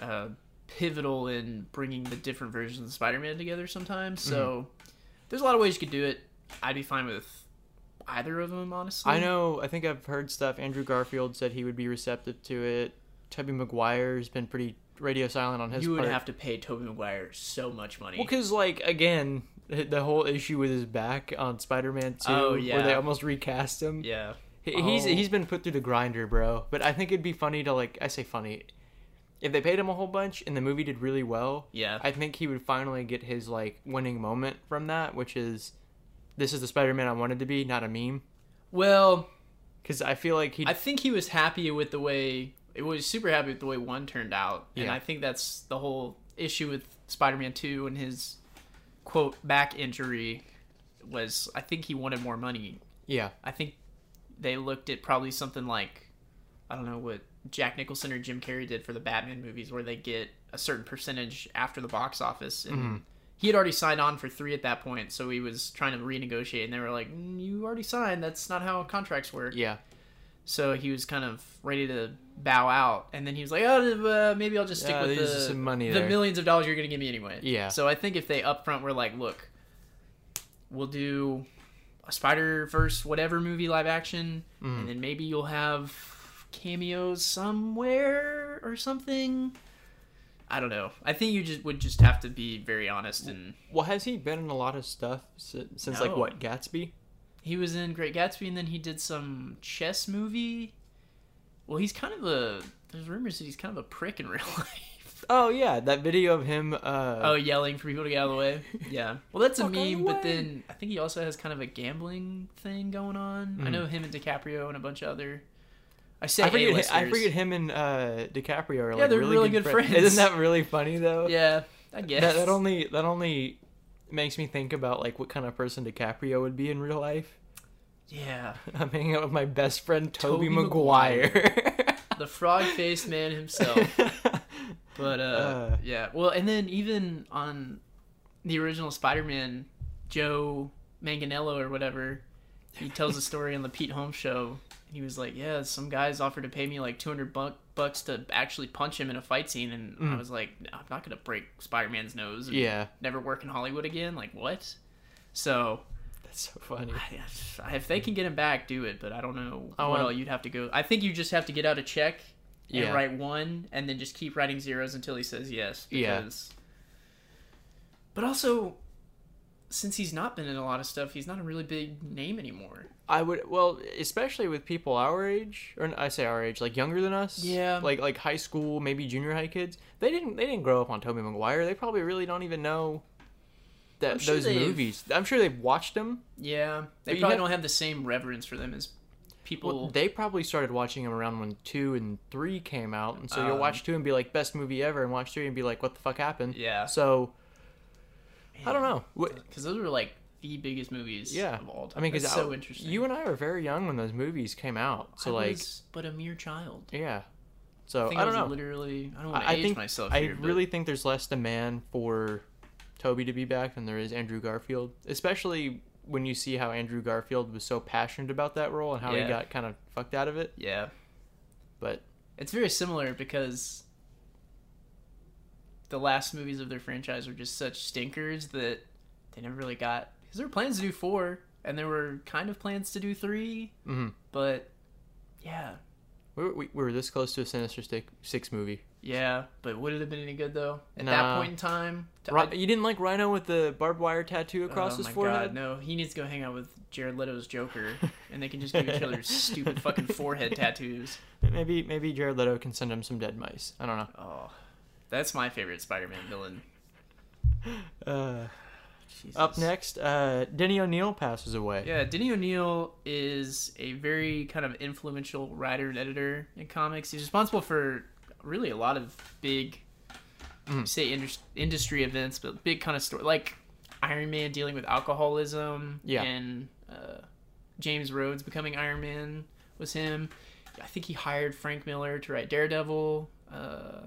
S2: uh, pivotal in bringing the different versions of spider-man together sometimes so
S1: Mm-hmm.
S2: there's a lot of ways you could do it i'd be fine with either of them honestly
S1: I know. I think I've heard stuff. Andrew Garfield said he would be receptive to it. Tubby Maguire's been pretty radio silent on his
S2: you would
S1: part.
S2: have to pay Toby Maguire so much money.
S1: Well, because like again, the whole issue with his back on Spider-Man Two,
S2: Oh,
S1: where they
S2: yeah.
S1: almost recast him.
S2: yeah.
S1: He- He's
S2: Oh.
S1: he's been put through the grinder, bro. But I think it'd be funny to like I say funny, if they paid him a whole bunch and the movie did really well.
S2: Yeah.
S1: I think he would finally get his like winning moment from that, which is, this is the Spider-Man I wanted to be, not a meme.
S2: well,
S1: Because I feel like he.
S2: I think he was happy with the way it was super happy with the way one turned out. And
S1: Yeah.
S2: I think that's the whole issue with Spider Man two and his quote back injury was I think he wanted more money.
S1: yeah.
S2: I think they looked at probably something like I don't know what Jack Nicholson or Jim Carrey did for the Batman movies where they get a certain percentage after the box office and he had already signed on for 3 at that point so he was trying to renegotiate and they were like "Mm, you already signed that's not how contracts work
S1: Yeah.
S2: So he was kind of ready to bow out, and then he was like, "Oh, uh, maybe I'll just stick
S1: Yeah,
S2: with
S1: there's
S2: the
S1: just some money
S2: the
S1: there.
S2: millions of dollars you're gonna give me anyway."
S1: Yeah.
S2: So I think if they upfront were like, "Look, we'll do a Spider Verse whatever movie live action,
S1: Mm.
S2: and then maybe you'll have cameos somewhere or something." I don't know. I think you just would just have to be very honest, and
S1: Well, has he been in a lot of stuff si- since like
S2: No.
S1: what Gatsby?
S2: he was in Great Gatsby, and then he did some chess movie. Well, he's kind of a. There's rumors that he's kind of a prick in real life.
S1: Oh yeah, that video of him. Uh,
S2: Oh, yelling for people to get out of the way. Yeah. Well, that's a
S1: Fuck out of the
S2: meme, but
S1: way.
S2: then I think he also has kind of a gambling thing going on. I know him and DiCaprio and a bunch of other. I say
S1: Mm. I forget,
S2: A-listers.
S1: I forget him and uh, DiCaprio are like
S2: they're
S1: really,
S2: really
S1: good,
S2: good
S1: friends.
S2: friends.
S1: Isn't that really funny though?
S2: Yeah, I guess.
S1: That, that only that only makes me think about like what kind of person DiCaprio would be in real life.
S2: Yeah.
S1: I'm hanging out with my best friend Toby,
S2: Tobey
S1: Maguire.
S2: The frog faced man himself. But uh,
S1: Uh.
S2: yeah. Well, and then even on the original Spider-Man, Joe Manganello or whatever, he tells a story on the Pete Holmes show. And he was like, "Yeah, some guys offered to pay me like 200 buck- bucks to actually punch him in a fight scene," and I was like, "I'm not gonna break Spider-Man's nose. and
S1: Hmm. yeah,
S2: Never work in Hollywood again. Like what?" So
S1: that's so funny.
S2: I- if they can get him back, do it. But I don't know
S1: I
S2: what
S1: wanna-
S2: all you'd have to go. I think you just have to get out a check and
S1: Yeah.
S2: write one, and then just keep writing zeros until he says yes.
S1: Yeah.
S2: Because... But also, since he's not been in a lot of stuff, he's not a really big name anymore.
S1: I would well, especially with people our age, or I say our age, like younger than us.
S2: Yeah.
S1: Like like high school, maybe junior high kids. They didn't they didn't grow up on Toby Maguire. They probably really don't even know that
S2: I'm sure
S1: those
S2: they've-
S1: movies. I'm sure they've watched them.
S2: Yeah,
S1: But
S2: they
S1: you
S2: probably
S1: have-
S2: don't have the same reverence for them as people.
S1: Well, they probably started watching them around when two and three came out, and so you'll
S2: Um,
S1: watch two and be like best movie ever, and watch three and be like what the fuck happened.
S2: Yeah.
S1: So I don't know. What,
S2: Because those were like the biggest movies.
S1: yeah.
S2: Of all time.
S1: I mean, because
S2: That's so interesting.
S1: You and I were very young when those movies came out. So
S2: I
S1: like,
S2: was but a mere child.
S1: yeah. So
S2: I
S1: I,
S2: think I,
S1: don't
S2: was
S1: know.
S2: literally. I don't want to
S1: I
S2: age
S1: think
S2: myself.
S1: I
S2: here, but-
S1: really think there's less demand for Toby to be back than there is Andrew Garfield, especially when you see how Andrew Garfield was so passionate about that role and how
S2: Yeah.
S1: he got kind of fucked out of it.
S2: Yeah.
S1: But
S2: It's very similar because the last movies of their franchise were just such stinkers that they never really got. Because there were plans to do four, and there were kind of plans to do three,
S1: Mhm.
S2: but yeah,
S1: we were, we we were this close to a Sinister Stick Six movie.
S2: yeah. But would it have been any good though? At that
S1: Nah.
S2: point in time, to-
S1: Ri- you didn't like Rhino with the barbed wire tattoo
S2: I-
S1: across
S2: oh
S1: his
S2: my
S1: forehead?
S2: God, no, he needs to go hang out with Jared Leto's Joker, and they can just give each other stupid fucking forehead tattoos.
S1: Maybe maybe Jared Leto can send him some dead mice. I don't know.
S2: Oh, that's my favorite Spider-Man villain.
S1: Uh,
S2: Jesus.
S1: up next, uh, Denny O'Neil passes away.
S2: Yeah, Denny O'Neil is a very kind of influential writer and editor in comics. He's responsible for really a lot of big,
S1: Mm.
S2: say, indus- industry events, but big kind of story like Iron Man dealing with alcoholism.
S1: Yeah.
S2: and uh, James Rhodes becoming Iron Man was him. I think he hired Frank Miller to write Daredevil. Uh,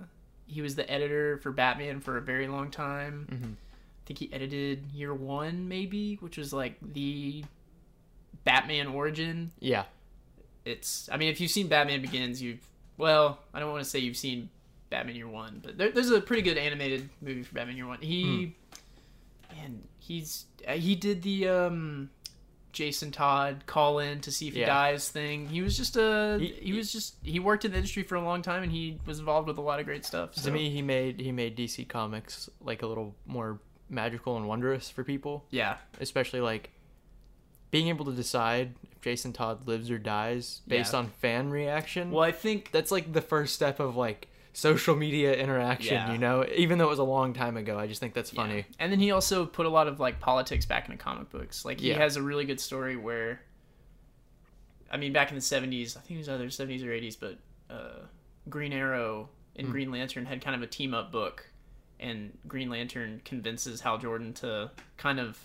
S2: he was the editor for Batman for a very long time. I think he edited year one, maybe, which was like the Batman origin.
S1: Yeah.
S2: It's, I mean, if you've seen Batman Begins, you've, well, I don't want to say you've seen Batman Year One, but there, there's a pretty good animated movie for Batman Year One. He,
S1: Hmm.
S2: and he's, uh, he did the, um, Jason Todd call in to see if he
S1: Yeah.
S2: dies thing. He was just a, he,
S1: He-
S2: was just, he worked in the industry for a long time and he was involved with a lot of great stuff. So.
S1: To me, he made he made DC Comics like a little more magical and wondrous for people,
S2: yeah.
S1: especially like being able to decide if Jason Todd lives or dies based
S2: Yeah.
S1: on fan reaction.
S2: Well, I think
S1: That's like the first step of like social media interaction,
S2: Yeah.
S1: you know? Even though it was a long time ago, I just think that's
S2: Yeah.
S1: funny.
S2: And then he also put a lot of like politics back into comic books. Like he
S1: Yeah.
S2: has a really good story where, I mean, back in the seventies, I think it was either seventies or eighties, but uh, Green Arrow
S1: Hmm.
S2: and Green Lantern had kind of a team up book, and Green Lantern convinces Hal Jordan to kind of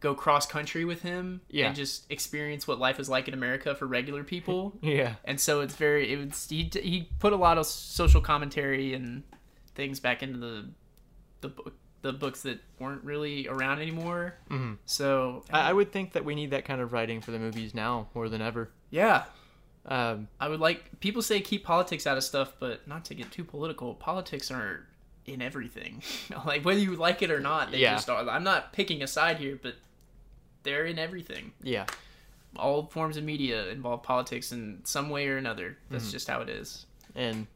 S2: go cross country with him
S1: Yeah.
S2: and just experience what life is like in America for regular people
S1: Yeah.
S2: and so it's very it was he, he put a lot of social commentary and things back into the the book the books that weren't really around anymore
S1: Mhm.
S2: so
S1: I, I would think that we need that kind of writing for the movies now more than ever.
S2: yeah
S1: Um,
S2: I would like people say keep politics out of stuff, but not to get too political. Politics are in everything, like whether you like it or not. They
S1: Yeah.
S2: just are. I'm not picking a side here, but they're in everything.
S1: yeah.
S2: All forms of media involve politics in some way or another. That's just how it is.
S1: And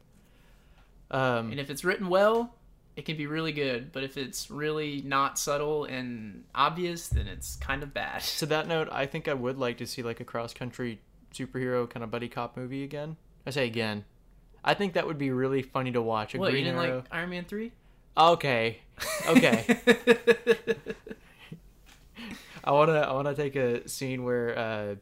S1: um,
S2: And if it's written well, it can be really good. But if it's really not subtle and obvious, then it's kind of bad.
S1: to that note, I think I would like to see like a cross country superhero kind of buddy cop movie again. I say again. I think that would be really funny to watch. A
S2: What you
S1: Green
S2: didn't
S1: Arrow.
S2: like Iron Man three?
S1: Okay, okay. I wanna I wanna take a scene where uh,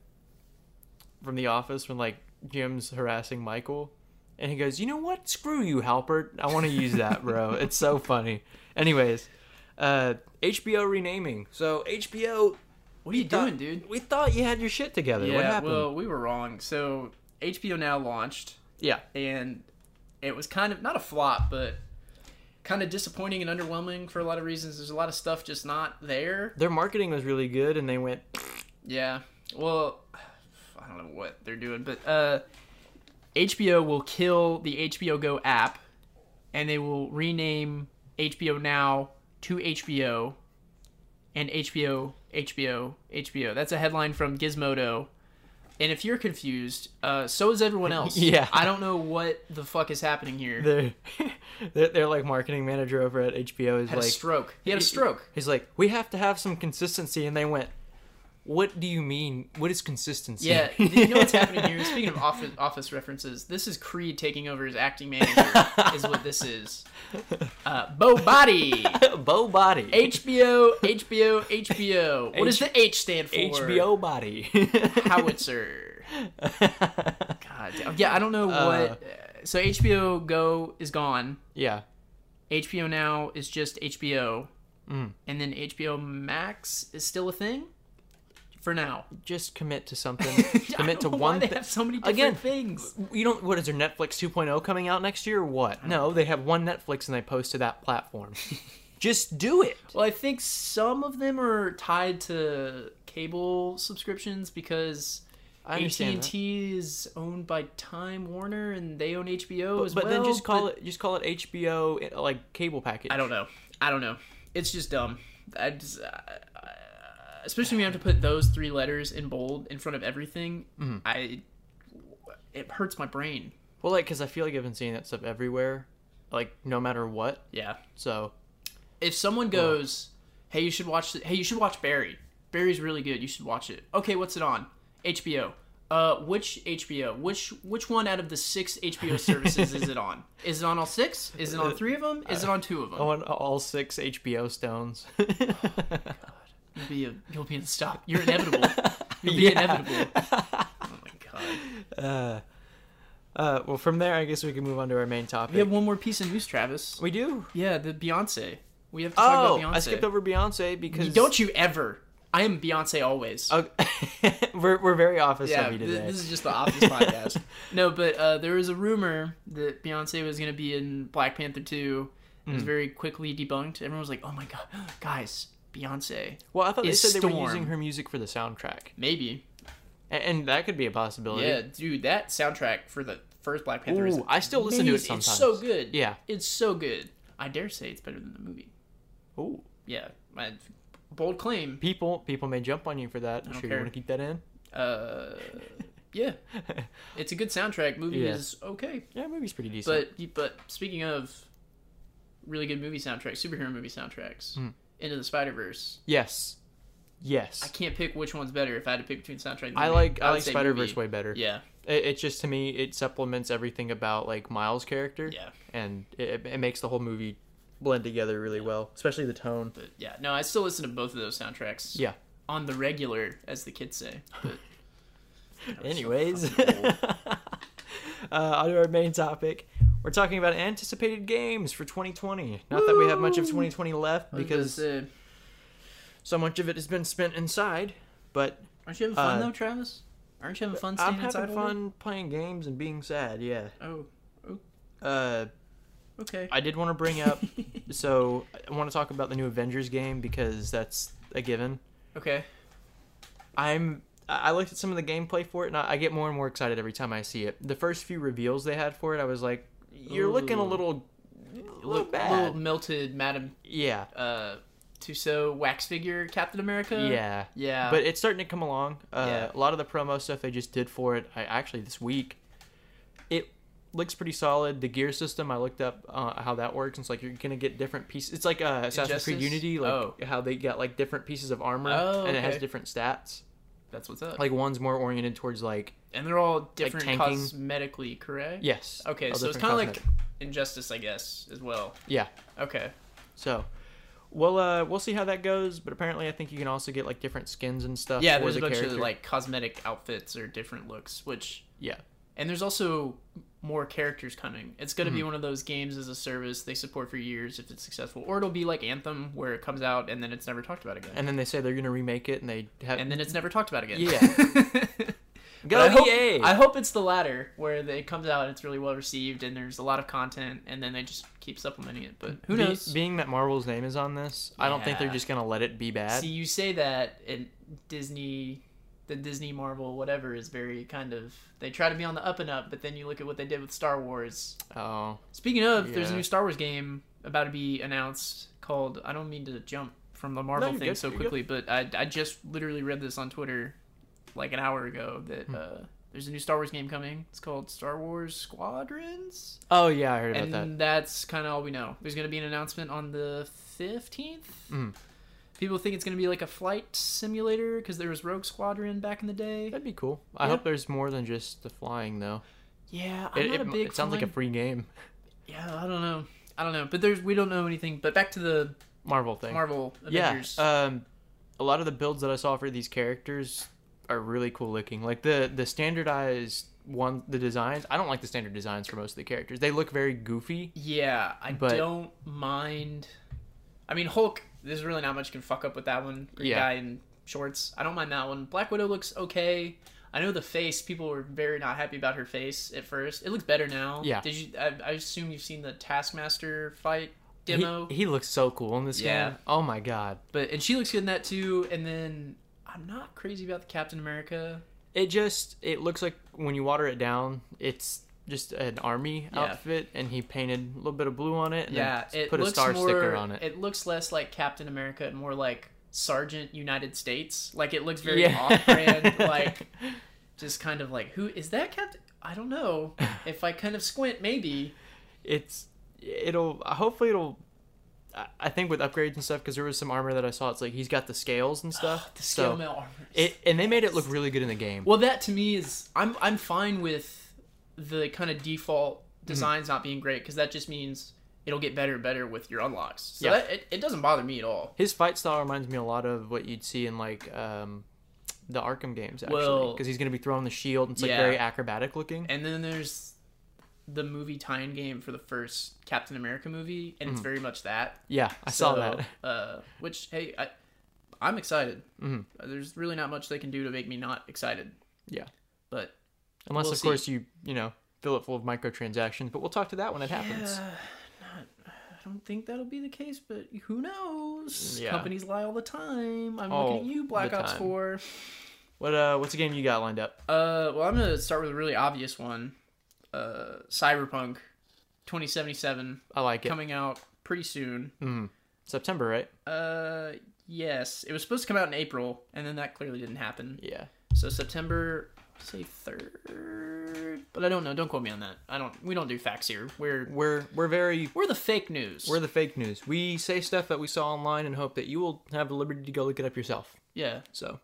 S1: from The Office when like Jim's harassing Michael, and he goes, "You know what? Screw you, Halpert. I want to use that, bro. It's so funny." Anyways, uh, HBO renaming. So HBO,
S2: what are you doing, dude?
S1: We thought you had your shit together. what
S2: Yeah,
S1: happened?
S2: well, we were wrong. So HBO Now launched,
S1: yeah,
S2: and it was kind of not a flop, but kind of disappointing and underwhelming for a lot of reasons. There's a lot of stuff just not there.
S1: their marketing was really good, and they went,
S2: Yeah. Well, I don't know what they're doing, but uh, HBO will kill the HBO Go app, and they will rename HBO Now to HBO, and HBO, HBO, HBO. That's a headline from Gizmodo. And if you're confused, uh, so is everyone else.
S1: Yeah.
S2: I don't know what the fuck is happening here.
S1: their their, their like marketing manager over at HBO is
S2: had
S1: like,
S2: a stroke. He had a stroke.
S1: He's like, we have to have some consistency, and they went, what do you mean? What is consistency?
S2: Yeah, you know what's happening here. Speaking of office office references, this is Creed taking over as acting manager. is what this is. Uh, Bo Body,
S1: Bow body.
S2: HBO, HBO, HBO. What does the H stand for?
S1: HBO body.
S2: Howitzer. God damn. Yeah, I don't know
S1: Uh.
S2: what. uh, So HBO Go is gone.
S1: yeah.
S2: HBO Now is just HBO,
S1: Mm.
S2: and then HBO Max is still a thing. For now,
S1: Just commit to something.
S2: I
S1: commit
S2: don't
S1: to
S2: know
S1: one
S2: Why they
S1: thing.
S2: have so many different
S1: Again,
S2: things.
S1: You don't. What is there? Netflix 2.0 coming out next year? or What? No, they have one Netflix and they post to that platform. Just do it.
S2: Well, I think some of them are tied to cable subscriptions because
S1: I
S2: AT
S1: understand.
S2: and
S1: that.
S2: T is owned by Time Warner and they own HBO as
S1: But
S2: well.
S1: then just call it just call it HBO uh, like cable package.
S2: I don't know. I don't know. It's just dumb. I just, uh, especially when you have to put those three letters in bold in front of everything. I it hurts my brain.
S1: Well, like, because I feel like I've been seeing that stuff everywhere, like no matter what.
S2: Yeah.
S1: So
S2: if someone goes, "Hey, you should watch. th- Hey, you should watch Barry. Barry's really good. You should watch it." Okay, what's it on? HBO. Uh, which HBO? Which which one out of the six HBO services is it on? Is it on all six? Is it
S1: Uh,
S2: on three of them? Is it on two of
S1: I
S2: them?
S1: want all six HBO stones.
S2: You'll be a, you'll be in stop. You're inevitable. You'll be
S1: Yeah.
S2: inevitable. Oh my god.
S1: Uh, well, from there, I guess we can move on to our main topic.
S2: We have one more piece of news, Travis.
S1: we do.
S2: Yeah, the Beyonce. We have to talk
S1: Oh,
S2: about Beyonce.
S1: I skipped over Beyonce because
S2: Don't you ever. I am Beyonce always.
S1: Oh, we're we're very office
S2: yeah,
S1: heavy
S2: th-
S1: today.
S2: this is just the Office podcast. No, but uh, there was a rumor that Beyonce was going to be in Black Panther 2. It
S1: Mm.
S2: was very quickly debunked. Everyone was like, oh my God, guys, Beyonce.
S1: well, I thought they
S2: is
S1: said they were
S2: Storm.
S1: using her music for the soundtrack,
S2: Maybe.
S1: and, and that could be a possibility.
S2: Yeah, dude, that soundtrack for the first Black Panther is.
S1: Ooh, I still listen to it
S2: amazing.
S1: sometimes.
S2: It's so good.
S1: Yeah.
S2: It's so good. I dare say it's better than the movie.
S1: Ooh,
S2: Yeah. My bold claim.
S1: people people may jump on you for that. I'm
S2: don't
S1: sure
S2: care.
S1: you want to keep that in.
S2: Uh, yeah. It's a good soundtrack. Movie
S1: Yeah.
S2: is okay.
S1: Yeah, movie's pretty decent.
S2: But but speaking of really good movie soundtracks, superhero movie soundtracks,
S1: Hmm.
S2: Into the Spider Verse.
S1: yes, yes.
S2: I can't pick which one's better if I had to pick between soundtrack. And
S1: I
S2: movie.
S1: like I,
S2: would
S1: like
S2: say
S1: Spider Verse
S2: movie.
S1: way better.
S2: Yeah,
S1: It, it just to me it supplements everything about like Miles' character.
S2: Yeah.
S1: and it- it, it makes the whole movie blend together really well, especially the tone.
S2: but yeah, no, I still listen to both of those soundtracks.
S1: Yeah.
S2: on the regular, as the kids say. But
S1: Anyways, uh, on to our main topic. We're talking about anticipated games for 2020. Not that we have much of 2020 left because
S2: uh,
S1: so much of it has been spent inside. But
S2: aren't you having fun
S1: uh,
S2: though, Travis? Aren't you having fun
S1: I'm
S2: staying inside?
S1: having
S2: all day?
S1: fun playing games and being sad. Yeah.
S2: Oh,
S1: Uh,
S2: okay.
S1: I did want to bring up. so I want to talk about the new Avengers game because that's a given.
S2: okay.
S1: I'm I I looked at some of the gameplay for it, and I I get more and more excited every time I see it. The first few reveals they had for it, I was like, "You're looking a
S2: Ooh.
S1: little, a little bad."
S2: little melted Madame
S1: yeah,
S2: uh, Tussauds wax figure Captain
S1: Uh,
S2: America.
S1: yeah,
S2: yeah.
S1: But it's starting to come along. Uh,
S2: Yeah.
S1: A lot of the promo stuff they just did for it, I, actually this week, it looks pretty solid. The gear system, I looked up uh, how that works. and It's like you're gonna get different pieces. It's like uh, Assassin's Creed
S2: Injustice?
S1: Unity, like
S2: Oh.
S1: how they got like different pieces of armor,
S2: Oh,
S1: and it has
S2: okay. Uh,
S1: different stats.
S2: that's what's up.
S1: Like one's more oriented towards like
S2: and they're all different
S1: tanking.
S2: cosmetically, correct?
S1: yes.
S2: Okay,
S1: all
S2: so it's
S1: different
S2: kind of like
S1: cosmetic-
S2: Injustice, I guess, as well.
S1: yeah.
S2: Okay.
S1: So. Well, uh, we'll see how that goes, but apparently, I think you can also get like different skins and stuff.
S2: Yeah,
S1: for
S2: there's
S1: the
S2: a bunch
S1: character.
S2: of like cosmetic outfits or different looks, which
S1: yeah,
S2: and there's also more characters coming. It's going to
S1: Mm-hmm.
S2: be one of those games as a service they support for years if it's successful, or it'll be like Anthem where it comes out and then it's never talked about again,
S1: and then they say they're gonna remake it, and they have
S2: and then it's never talked about again.
S1: Yeah.
S2: But
S1: go E
S2: I hope,
S1: EA!
S2: I hope it's the latter where they- it comes out and it's really well received and there's a lot of content and then they just keep supplementing it. But who
S1: Be-
S2: knows?
S1: being that Marvel's name is on this, I don't think they're
S2: Yeah.
S1: just gonna let it be bad.
S2: See, you say that, and Disney, the Disney Marvel whatever is very kind of they try to be on the up and up, but then you look at what they did with Star Wars.
S1: oh,
S2: Speaking of, there's a
S1: Yeah.
S2: new Star Wars game about to be announced called. I don't mean to jump from the Marvel
S1: you're
S2: thing
S1: good,
S2: so
S1: you're good.
S2: quickly, but I I just literally read this on Twitter like an hour ago that.
S1: Hmm.
S2: uh there's a new Star Wars game coming. It's called Star Wars Squadrons,
S1: oh yeah, I heard about
S2: and
S1: that.
S2: that's kind of all we know. There's going to be an announcement on the 15th,
S1: Mm,
S2: People think it's going to be like a flight simulator because there was Rogue Squadron back in the day.
S1: that'd be cool. I
S2: Yeah.
S1: hope there's more than just the flying though.
S2: Yeah, I'm
S1: It,
S2: not
S1: it,
S2: a big.
S1: it sounds like a
S2: fan.
S1: free game,
S2: Yeah, I don't know. I don't know, but there's we don't know anything. But back to the
S1: Marvel thing.
S2: Marvel
S1: yeah,
S2: Avengers.
S1: um, a lot of the builds that I saw for these characters are really cool looking. Like the the standardized one, the designs. I don't like the standard designs for most of the characters. They look very goofy.
S2: yeah, I
S1: but-
S2: don't mind. I mean, Hulk. There's really not much you can fuck up with that one. Green
S1: Yeah.
S2: guy in shorts. I don't mind that one. Black Widow looks okay. I know the face. People were very not happy about her face at first. It looks better now.
S1: Yeah.
S2: Did you? I, I assume you've seen the Taskmaster fight
S1: He-
S2: demo.
S1: He, looks so cool in this
S2: Yeah.
S1: game. Oh my god.
S2: But and she looks good in that too. And then I'm not crazy about the Captain America.
S1: It just it looks like when you water it down, it's just an army
S2: Yeah.
S1: outfit, and he painted a little bit of blue on it. And
S2: Yeah,
S1: then
S2: it
S1: put a
S2: looks
S1: star
S2: more,
S1: sticker on it.
S2: looks less like Captain America and more like Sergeant United States. Like it looks very
S1: Yeah.
S2: off-brand, like just kind of like who is that Captain? I don't know. If I kind of squint, maybe.
S1: It's it'll hopefully it'll. I- I think with upgrades and stuff, because there was some armor that I saw. It's like he's got the scales and stuff.
S2: The scale
S1: so
S2: mail armor.
S1: it and they made it look really good in the game.
S2: Well, that to me is I'm I'm fine with the kind of default designs
S1: Mm-hmm.
S2: not being great because that just means it'll get better and better with your unlocks. So
S1: Yeah.
S2: that, it, it doesn't bother me at all.
S1: His fight style reminds me a lot of what you'd see in like um, the Arkham games, actually,
S2: Well-
S1: because he's gonna be throwing the shield. and It's like
S2: Yeah.
S1: very acrobatic looking.
S2: And then there's the movie tie-in game for the first Captain America movie, and it's
S1: Mm-hmm.
S2: very much that.
S1: Yeah, I saw
S2: So,
S1: that.
S2: Uh, which hey, I, I'm excited. Uh, There's really not much they can do to make me not excited.
S1: Yeah.
S2: But
S1: Unless,
S2: We'll
S1: of
S2: see.
S1: course, you you know fill it full of microtransactions. But we'll talk to that when it happens.
S2: Yeah, not- I don't think that'll be the case, but who knows?
S1: Yeah.
S2: Companies lie all the time. I'm
S1: All
S2: looking at you, Black
S1: the
S2: Ops
S1: time.
S2: 4.
S1: What uh, what's a game you got lined up?
S2: Uh, well, I'm gonna start with a really obvious one. Uh, Cyberpunk 2077
S1: I like it.
S2: coming out pretty soon.
S1: September, right?
S2: Uh, yes, it was supposed to come out in April, and then that clearly didn't happen.
S1: Yeah.
S2: So September, say third, but I don't know. Don't quote me on that. I don't. We don't do facts here. We're
S1: We're we're very
S2: we're the fake news.
S1: we're the fake news. We say stuff that we saw online and hope that you will have the liberty to go look it up yourself.
S2: yeah.
S1: So,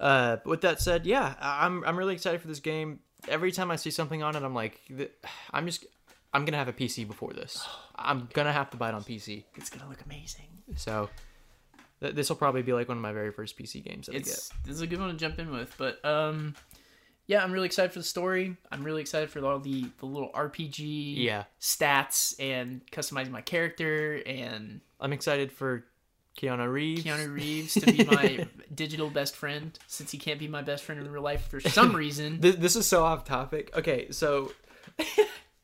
S1: uh, but with that said, yeah, I- I'm I'm really excited for this game. Every time I see something on it, I'm like, th- I'm just I'm gonna have a PC before this. I'm gonna have to buy it on PC.
S2: It's gonna look amazing.
S1: So. Th- this will probably be like one of my very first PC games that I get.
S2: It's this is a good one to jump in with, but um, yeah, I'm really excited for the story. I'm really excited for all the the little RPG
S1: Yeah.
S2: stats and customizing my character and
S1: I'm excited for Keanu Reeves.
S2: Keanu Reeves to be my digital best friend since he can't be my best friend in real life for some reason.
S1: This, this is so off topic. Okay, so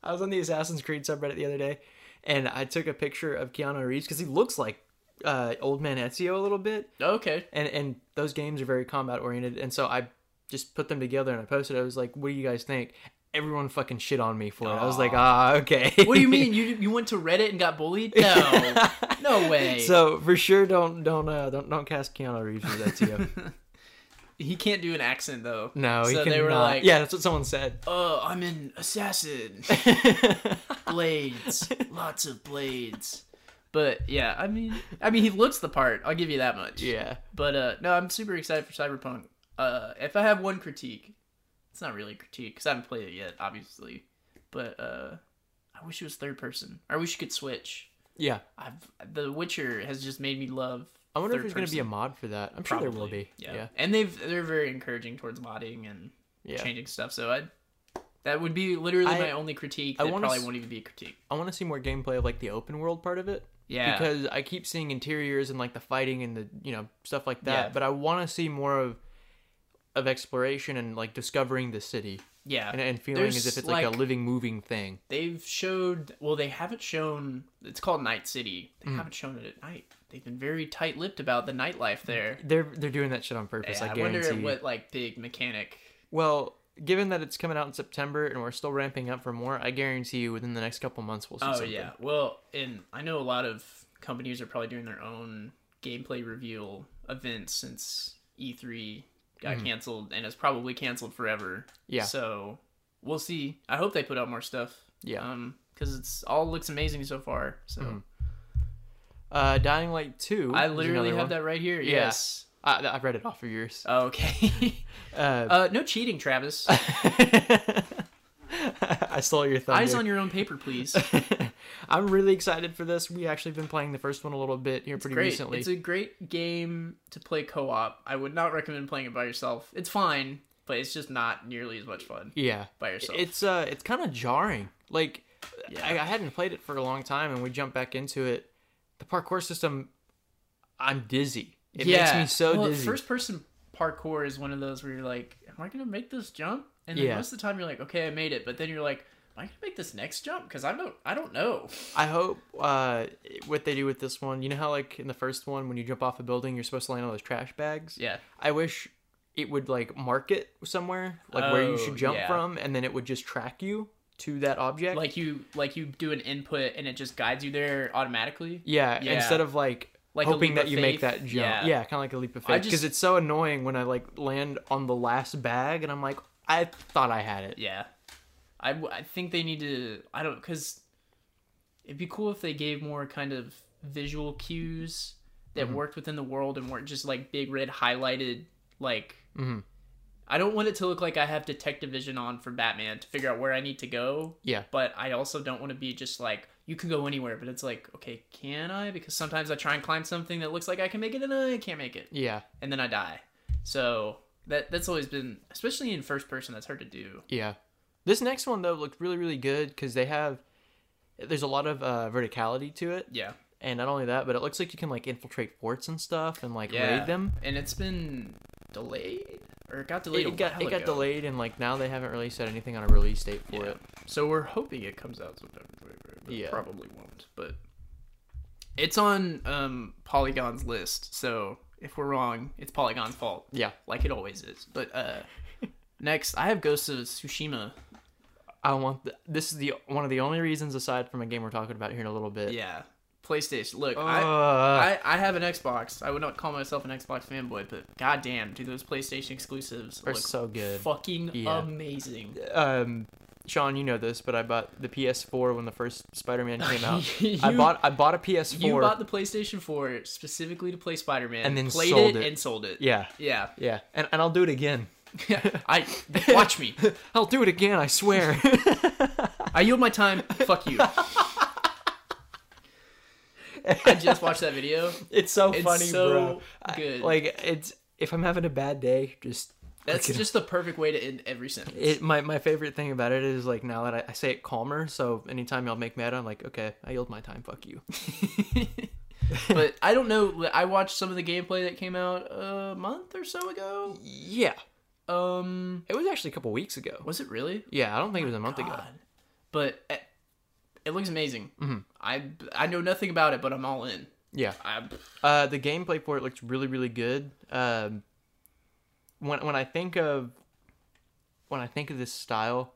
S1: I was on the Assassin's Creed subreddit the other day, and I took a picture of Keanu Reeves because he looks like uh, Old Man Ezio a little bit,
S2: Okay.
S1: and and those games are very combat oriented, and so I just put them together and I posted. it. I was like, "What do you guys think?" Everyone fucking shit on me for it. I was like, "Ah, okay."
S2: What do you mean? You you went to Reddit and got bullied? No, no way.
S1: so for sure, don't don't uh, don't don't cast Keanu Reeves as Ezio.
S2: he can't do an accent though.
S1: No, he
S2: so
S1: cannot.
S2: they were like,
S1: yeah, that's what someone said.
S2: "Oh, I'm an assassin. blades, lots of blades." But yeah, I mean, I mean, he looks the part. I'll give you that much.
S1: yeah,
S2: But uh, no, I'm super excited for Cyberpunk. Uh, if I have one critique, it's not really a critique because I haven't played it yet, obviously. But uh, I wish it was third person. I wish you could switch.
S1: yeah.
S2: I've The Witcher has just made me love.
S1: I wonder if
S2: third
S1: there's going to be a
S2: person.
S1: mod for that. I'm sure there will
S2: Probably.
S1: be. Yeah,
S2: and they've they're very encouraging towards modding and
S1: yeah.
S2: changing stuff. So I, that would be literally
S1: I-
S2: my only critique.
S1: I
S2: That
S1: wanna
S2: probably
S1: s-
S2: won't even be a critique.
S1: I want to see more gameplay of like the open world part of it.
S2: Yeah,
S1: because I keep seeing interiors and like the fighting and the you know stuff like that.
S2: Yeah.
S1: But I want to see more of of exploration and like discovering the city
S2: yeah.
S1: and, and feeling as
S2: There's,
S1: if it's like, a
S2: like-
S1: living, moving thing.
S2: they've showed well they haven't shown it's called night city they
S1: Mm.
S2: haven't shown it at night they've been very tight-lipped about the nightlife there
S1: They're they're doing that shit on purpose.
S2: Yeah,
S1: I
S2: i
S1: guarantee.
S2: wonder
S1: you.
S2: what like big mechanic
S1: Well, given that it's coming out in September and we're still ramping up for more, I guarantee you within the next couple months we'll see
S2: oh
S1: something.
S2: yeah well and i know a lot of companies are probably doing their own gameplay reveal events since e3 got canceled and it's probably canceled forever
S1: Mm. Yeah.
S2: so we'll see i hope they put out more stuff
S1: Yeah.
S2: um because it's all looks amazing so far so
S1: Hmm. Uh, Dying Light Two.
S2: i
S1: is another
S2: literally have
S1: one.
S2: that right here
S1: Yeah.
S2: yes
S1: I, I read it off of yours.
S2: okay
S1: Uh,
S2: Uh, no cheating, Travis.
S1: I stole your thunder.
S2: Eyes on your own paper, please. It's
S1: I'm really excited for this. We actually been playing the first one a little bit here pretty
S2: great.
S1: recently.
S2: It's a great game to play co-op. I would not recommend playing it by yourself. It's fine, but it's just not nearly as much fun
S1: yeah,
S2: by yourself.
S1: it's uh, it's kind of jarring. Like,
S2: Yeah.
S1: I, I hadn't played it for a long time, and we jumped back into it. The parkour system, I'm dizzy. It makes me so
S2: well,
S1: dizzy.
S2: First person parkour is one of those where you're like, "Am I gonna make this jump?" And then
S1: Yeah.
S2: most of the time you're like, "Okay, I made it," but then you're like, "Am I gonna make this next jump?" Because I don't, I don't know.
S1: I hope uh, what they do with this one. You know how like in the first one, when you jump off a building, you're supposed to land on those trash bags.
S2: Yeah,
S1: I wish it would like mark it somewhere, like where you
S2: Oh,
S1: should jump
S2: yeah.
S1: from, and then it would just track you to that object.
S2: like you, like you do an input and it just guides you there automatically.
S1: Yeah,
S2: Yeah.
S1: instead of like,
S2: Like a
S1: hoping
S2: leap
S1: that
S2: of
S1: you make
S2: faith?
S1: that jump.
S2: Yeah.
S1: Yeah, kind of like a leap of
S2: I
S1: faith. Because
S2: just-
S1: it's so annoying when I like land on the last bag and I'm like, I thought I had it.
S2: Yeah, I, w- I think they need to. I don't because it'd be cool if they gave more kind of visual cues that worked within the world and weren't just like big red highlighted. Like
S1: Mhm.
S2: I don't want it to look like I have detective vision on for Batman to figure out where I need to go.
S1: Yeah.
S2: But I also don't want to be just like you can go anywhere. But it's like okay, can I? Because sometimes I try and climb something that looks like I can make it and I can't make it,
S1: Yeah.
S2: and then I die. So. That, that's always been especially in first person that's hard to do
S1: Yeah. This next one though looked really really good because they have there's a lot of uh, verticality to it,
S2: yeah
S1: and not only that, but it looks like you can like infiltrate forts and stuff and like
S2: Yeah.
S1: raid them.
S2: and it's been delayed or it got delayed.
S1: It,
S2: a
S1: it got
S2: while
S1: it got
S2: ago.
S1: delayed and like now they haven't really said anything on a release date for
S2: Yeah.
S1: it.
S2: so we're hoping it comes out sometime. in February, but it
S1: Yeah.
S2: probably won't. But it's on um, Polygon's list, so if we're wrong, it's Polygon's fault,
S1: Yeah.
S2: like it always is. But uh, next, I have Ghost of Tsushima.
S1: I want th- this is the one of the only reasons aside from a game we're talking about here in a little bit. Uh,
S2: Yeah, PlayStation. Look,
S1: Oh,
S2: I,
S1: Ugh.
S2: I I have an Xbox. I would not call myself an Xbox fanboy, but goddamn, do those PlayStation exclusives
S1: are
S2: look
S1: so good.
S2: fucking
S1: Yeah.
S2: amazing?
S1: um Sean, you know this, but I bought the PS4 when the first Spider-Man came out. I
S2: You-
S1: bought I bought a PS4.
S2: You bought the PlayStation 4 specifically to play Spider Man,
S1: And then
S2: played
S1: sold
S2: it,
S1: it.
S2: and sold it.
S1: yeah,
S2: yeah.
S1: yeah, and and I'll do it again.
S2: I watch me.
S1: I'll do it again. I swear.
S2: I yield my time. Fuck you. I just watched that video.
S1: it's so
S2: It's
S1: funny,
S2: so
S1: bro. I-
S2: good.
S1: like it's if I'm having a bad day, just
S2: That's
S1: look at
S2: just the perfect way to end every sentence.
S1: it. My my favorite thing about it is like now that I, I say it calmer. So anytime y'all make mad, I'm like, okay, I yield my time. Fuck you.
S2: but I don't know. I watched some of the gameplay that came out uh, a month or so ago.
S1: yeah,
S2: Um,
S1: it was actually a couple weeks ago.
S2: was it really?
S1: Yeah, I don't think it was a month ago.
S2: God.
S1: Mm-hmm.
S2: But eh, it looks amazing. I I know nothing about it, but I'm all in.
S1: Yeah.
S2: I,
S1: Uh, the gameplay for it looks really, really good. Um, when when I think of when I think of this style,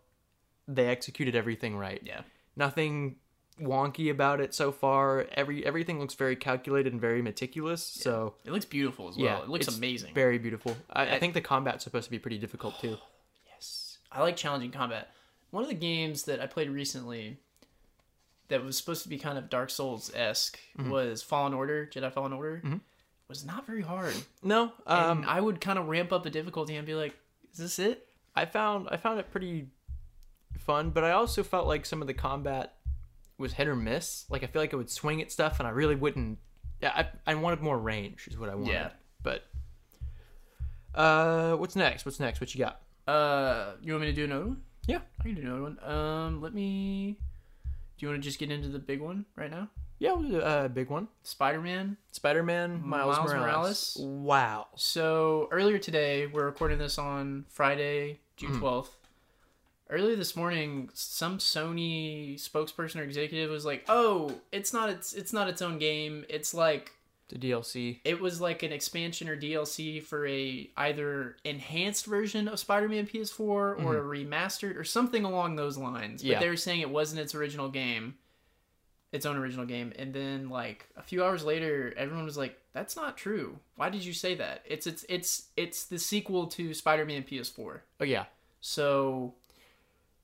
S1: they executed everything right.
S2: yeah.
S1: Nothing wonky about it so far. Every everything looks very calculated and very meticulous. So
S2: It looks beautiful as well.
S1: yeah,
S2: it looks
S1: it's
S2: amazing.
S1: Very beautiful. I, I
S2: That-
S1: think the combat's supposed to be pretty difficult too.
S2: Yes. I like challenging combat. One of the games that I played recently that was supposed to be kind of Dark Souls esque
S1: Mm-hmm.
S2: was Fallen Order, Jedi Fallen Order. Was not very hard.
S1: No,
S2: Um,
S1: Mm-hmm. um,
S2: I would kind of ramp up the difficulty and be like, "Is this it?"
S1: I found I found it pretty fun, but I also felt like some of the combat was hit or miss. Like I feel like I would swing at stuff, and I really wouldn't. Yeah, I, I wanted more range is what I wanted.
S2: Yeah.
S1: But uh, what's next? What's next? What you got?
S2: Uh, you want me to do another one?
S1: Yeah.
S2: I can do another one. Um, let me. Do you want to just get into the big one right now?
S1: Yeah, it was a uh, big one.
S2: Spider Man.
S1: Spider Man, Miles,
S2: Miles
S1: Morales.
S2: Morales.
S1: Wow.
S2: So earlier today, we're recording this on Friday, June twelfth. Earlier this morning, some Sony spokesperson or executive was like, "Oh, it's not its it's not its own game. It's like
S1: The DLC.
S2: it was like an expansion or DLC for a either enhanced version of Spider-Man PS4 or a remastered or something along those lines. But
S1: Mm-hmm. Yeah.
S2: they were saying it wasn't its original game, its own original game. And then like a few hours later, everyone was like, "That's not true. Why did you say that? It's it's it's it's the sequel to Spider-Man PS4."
S1: Oh yeah.
S2: So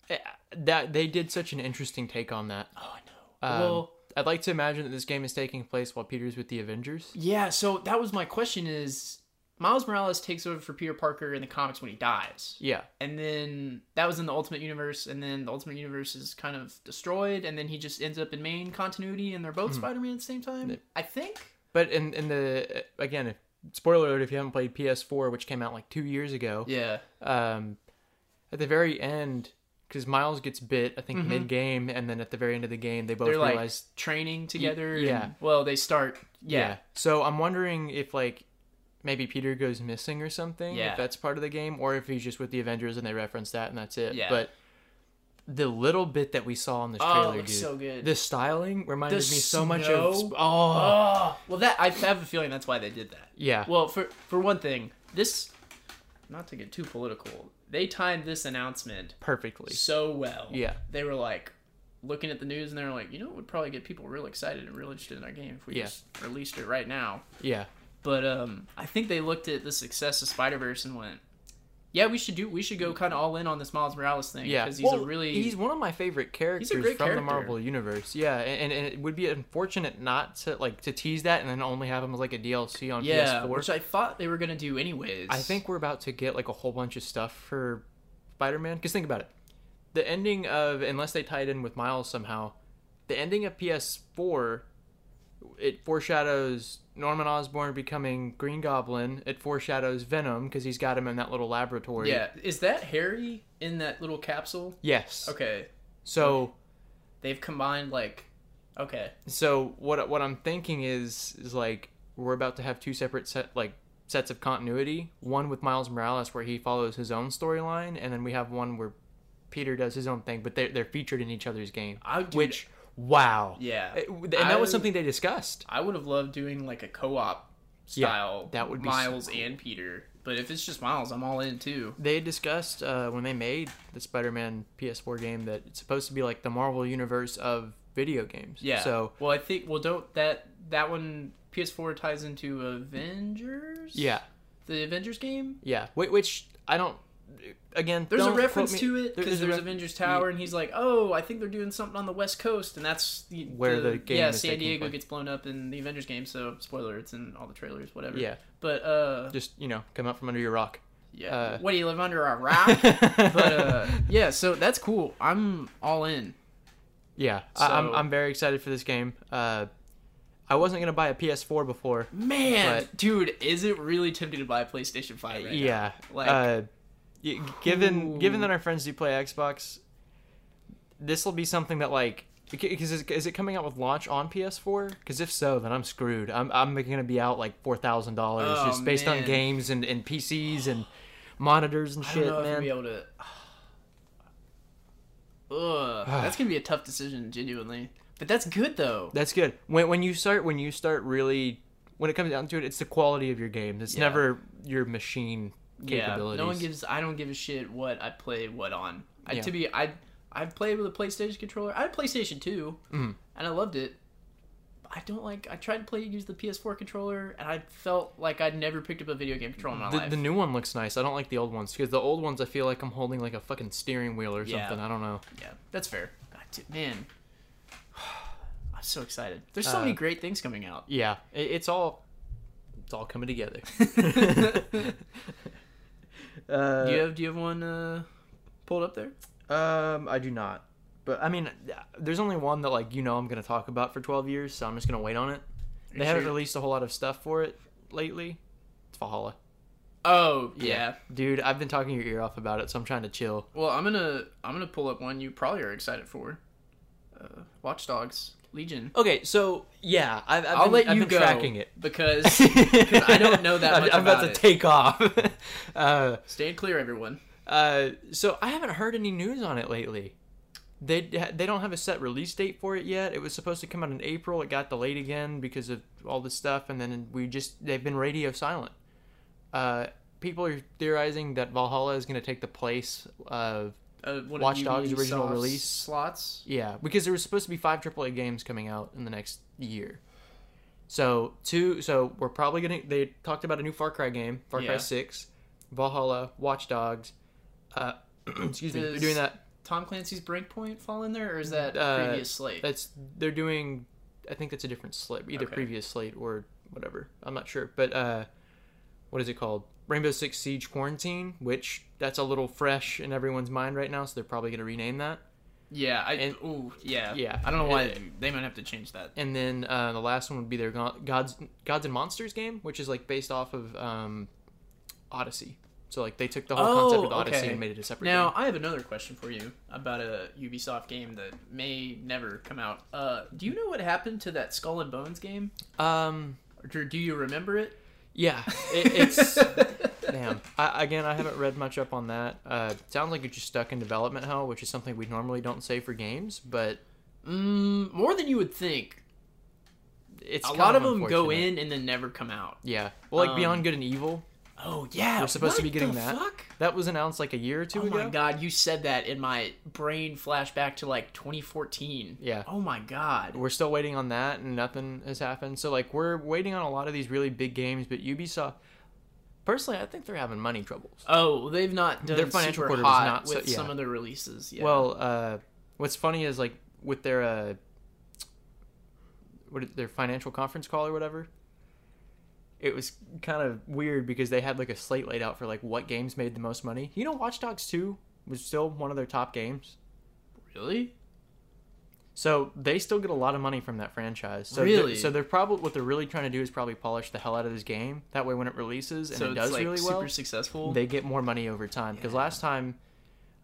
S1: Eh, That they did such an interesting take on that.
S2: oh no.
S1: Um,
S2: well,
S1: I'd like to imagine that this game is taking place while Peter's with the Avengers.
S2: yeah. So that was my question: is Miles Morales takes over for Peter Parker in the comics when he dies?
S1: Yeah.
S2: and then that was in the Ultimate Universe, and then the Ultimate Universe is kind of destroyed, and then he just ends up in main continuity, and they're
S1: Hmm.
S2: both Spider-Man at the same time. I think.
S1: But in in the uh, again, if, spoiler alert if you haven't played PS4, which came out like two years ago.
S2: Yeah.
S1: Um, at the very end, because Miles gets bit, I think mid game, and then at the very end of the game, they both
S2: Mm-hmm. They're like
S1: realize.
S2: training together.
S1: yeah.
S2: and- well, they start. Yeah.
S1: So I'm wondering if like maybe Peter goes missing or something.
S2: Yeah.
S1: If that's part of the game, or if he's just with the Avengers and they reference that and that's it.
S2: Yeah.
S1: But the little bit that we saw in this
S2: Oh, it
S1: trailer,
S2: looks
S1: dude,
S2: so good.
S1: The styling reminded me so much of.
S2: snow.
S1: Sp- oh.
S2: Oh. Well, that I have a feeling that's why they did that.
S1: Yeah.
S2: Well, for for one thing, this. Not to get too political, they timed this announcement
S1: Perfectly.
S2: so well.
S1: Yeah.
S2: They were like looking at the news and they're like, you know, it would probably get people real excited and real interested in our game if we
S1: Yeah.
S2: just released it right now.
S1: Yeah.
S2: But um, I think they looked at the success of Spider Verse and went, yeah, we should do, we should go kind of all in on this Miles Morales thing.
S1: Yeah,
S2: because he's
S1: Well,
S2: a really
S1: he's one of my favorite characters from
S2: great
S1: the
S2: character.
S1: Marvel universe. Yeah, and, and it would be unfortunate not to like to tease that and then only have him as like a DLC on
S2: yeah,
S1: PS4.
S2: which I thought they were gonna do anyways.
S1: I think we're about to get like a whole bunch of stuff for Spider-Man. Because think about it, the ending of unless they tie it in with Miles somehow, the ending of PS4 it foreshadows Norman Osborn becoming Green Goblin. It foreshadows Venom because he's got him in that little laboratory.
S2: yeah, is that Harry in that little capsule?
S1: Yes.
S2: Okay,
S1: So.
S2: they've combined like, okay,
S1: so what what I'm thinking is is like we're about to have two separate set like sets of continuity. One with Miles Morales where he follows his own storyline, and then we have one where Peter does his own thing, but they're they're featured in each other's game.
S2: I dude,
S1: Which wow,
S2: yeah,
S1: It- and that was
S2: I-
S1: something they discussed.
S2: I would have loved doing like a co-op
S1: Yeah,
S2: style.
S1: that would be so
S2: Miles
S1: cool.
S2: and Peter. But if it's just Miles, I'm all in too.
S1: They discussed uh, when they made the Spider-Man PS4 game that it's supposed to be like the Marvel universe of video games.
S2: Yeah.
S1: So
S2: well, I think well don't that that one PS4 ties into Avengers.
S1: yeah,
S2: the Avengers game.
S1: yeah. Whi- Which I don't. eh, Again,
S2: There's
S1: don't
S2: a
S1: quote
S2: reference
S1: me-
S2: to it
S1: there-
S2: because
S1: a
S2: there's
S1: ref-
S2: Avengers Tower, and he's like, "Oh, I think they're doing something on the West Coast," and that's the,
S1: Where the game
S2: Yeah,
S1: is
S2: San
S1: taking
S2: Diego
S1: place.
S2: gets blown up in the Avengers game. So spoiler, it's in all the trailers, whatever.
S1: Yeah.
S2: But uh,
S1: just you know come up from under your rock
S2: yeah.
S1: uh,
S2: what do you live under a rock? but uh, yeah, so that's cool. I'm all in.
S1: yeah I, I'm,
S2: So-
S1: I'm very excited for this game uh, i wasn't gonna buy a ps4 before
S2: Man, dude, is it really tempting to buy a PlayStation Five? Right
S1: yeah
S2: now. Like-
S1: uh, y- given
S2: Ooh.
S1: given that our friends do play xbox this will be something that like because is, is it coming out with launch on PS4? Because if so, then I'm screwed. I'm I'm gonna be out like four thousand dollars
S2: Oh,
S1: just based on
S2: man.
S1: games and, and PCs and monitors and
S2: now? I
S1: shit,
S2: don't know if
S1: man.
S2: we'll be able to. Ugh, that's gonna be a tough decision, genuinely. But that's good though.
S1: That's good. When when you start when you start really when it comes down to it, it's the quality of your games. It's
S2: Yeah.
S1: never your machine
S2: Yeah.
S1: capabilities.
S2: No one gives. I don't give a shit what I play what on. I,
S1: Yeah.
S2: To be, I I've played with a PlayStation controller. I had a PlayStation Two,
S1: Mhm.
S2: and I loved it. But I don't like. I tried to play use the PS4 controller, and I felt like I'd never picked up a video game controller in my
S1: the,
S2: life.
S1: the new one looks nice. I don't like the old ones because the old ones I feel like I'm holding like a fucking steering wheel or
S2: Yeah.
S1: something. I don't know.
S2: yeah, that's fair. God, dude, man, I'm so excited. There's so
S1: Uh,
S2: many great things coming out.
S1: Yeah, it, it's all it's all coming together. uh,
S2: do you have Do you have one uh, pulled up there?
S1: Um, I do not. But I mean, there's only one that like you know I'm gonna talk about for 12 years, so I'm just gonna wait on it. They
S2: You
S1: haven't
S2: sure?
S1: released a whole lot of stuff for it lately. It's Valhalla.
S2: Oh yeah.
S1: Dude, I've been talking your ear off about it, so I'm trying to chill.
S2: Well, I'm gonna I'm gonna pull up one you probably are excited for. Uh, Watch Dogs Legion.
S1: Okay, so yeah, I've, I've
S2: I'll
S1: been,
S2: let you
S1: I've been
S2: go
S1: tracking it.
S2: because 'cause I don't know that
S1: I'm-
S2: much
S1: I'm
S2: about,
S1: about to
S2: it.
S1: take off. uh,
S2: Stand clear, everyone.
S1: uh, so I haven't heard any news on it lately. They they don't have a set release date for it yet. It was supposed to come out in April. It got delayed again because of all this stuff, and then we just they've been radio silent. Uh, people are theorizing that Valhalla is going to take the place of
S2: Uh, one of
S1: Watch Dogs'
S2: Ubisoft's
S1: original release.
S2: slots.
S1: Yeah, because there was supposed to be five AAA games coming out in the next year. So two. So we're probably gonna. They talked about a new Far Cry game, Far
S2: Yeah.
S1: Cry Six, Valhalla, Watch Dogs. Uh, excuse me. They're
S2: Does-
S1: doing that.
S2: Tom Clancy's Breakpoint fall in there, or is that
S1: Uh,
S2: previous slate?
S1: That's they're doing. I think that's a different slate, either
S2: Okay.
S1: previous slate or whatever. I'm not sure, but uh, what is it called? Rainbow Six Siege Quarantine, which that's a little fresh in everyone's mind right now, so they're probably gonna rename that.
S2: yeah, I
S1: and-
S2: ooh, yeah,
S1: yeah,
S2: I don't know why
S1: it-
S2: they might have to change that.
S1: and then uh, the last one would be their Go- gods gods and monsters game which is like based off of um, odyssey so like they took the whole concept
S2: Oh,
S1: of odyssey
S2: okay.
S1: and made it a separate
S2: Now, I have another question for you about a Ubisoft game that may never come out. Uh, do you know what happened to that Skull and Bones
S1: game
S2: game?
S1: um
S2: Or do you remember it?
S1: yeah it, it's damn I, again i haven't read much up on that uh sounds like it's just stuck in development hell which is something we normally don't say for games but
S2: Mm, more than you would think.
S1: it's
S2: a
S1: kind
S2: lot of them go
S1: unfortunate.
S2: in and then never come out.
S1: yeah well like
S2: Um,
S1: beyond good and evil
S2: Oh yeah,
S1: We're supposed to
S2: what
S1: be getting
S2: the
S1: that
S2: Fuck?
S1: that was announced like a year or two
S2: Oh
S1: ago
S2: my god, you said that and my brain flashed back to like 2014.
S1: Yeah.
S2: Oh my god.
S1: we're still waiting on that and nothing has happened so like we're waiting on a lot of these really big games but ubisoft personally i think they're having money troubles
S2: Oh, well, they've not done
S1: Their financial
S2: super
S1: quarter was
S2: hot
S1: not so-
S2: with
S1: yeah.
S2: some of their releases. Yeah.
S1: well uh what's funny is like with their uh what their financial conference call or whatever it was kind of weird because they had like a slate laid out for like what games made the most money you know watch dogs 2 was still one of their top games
S2: really?
S1: So they still get a lot of money from that franchise. So they're-
S2: Really?
S1: so they're probably what they're really trying to do is probably polish the hell out of this game. That way, when it releases and
S2: so
S1: it
S2: it's
S1: does
S2: like
S1: really
S2: super
S1: well,
S2: successful.
S1: they get more money over time. Because last time,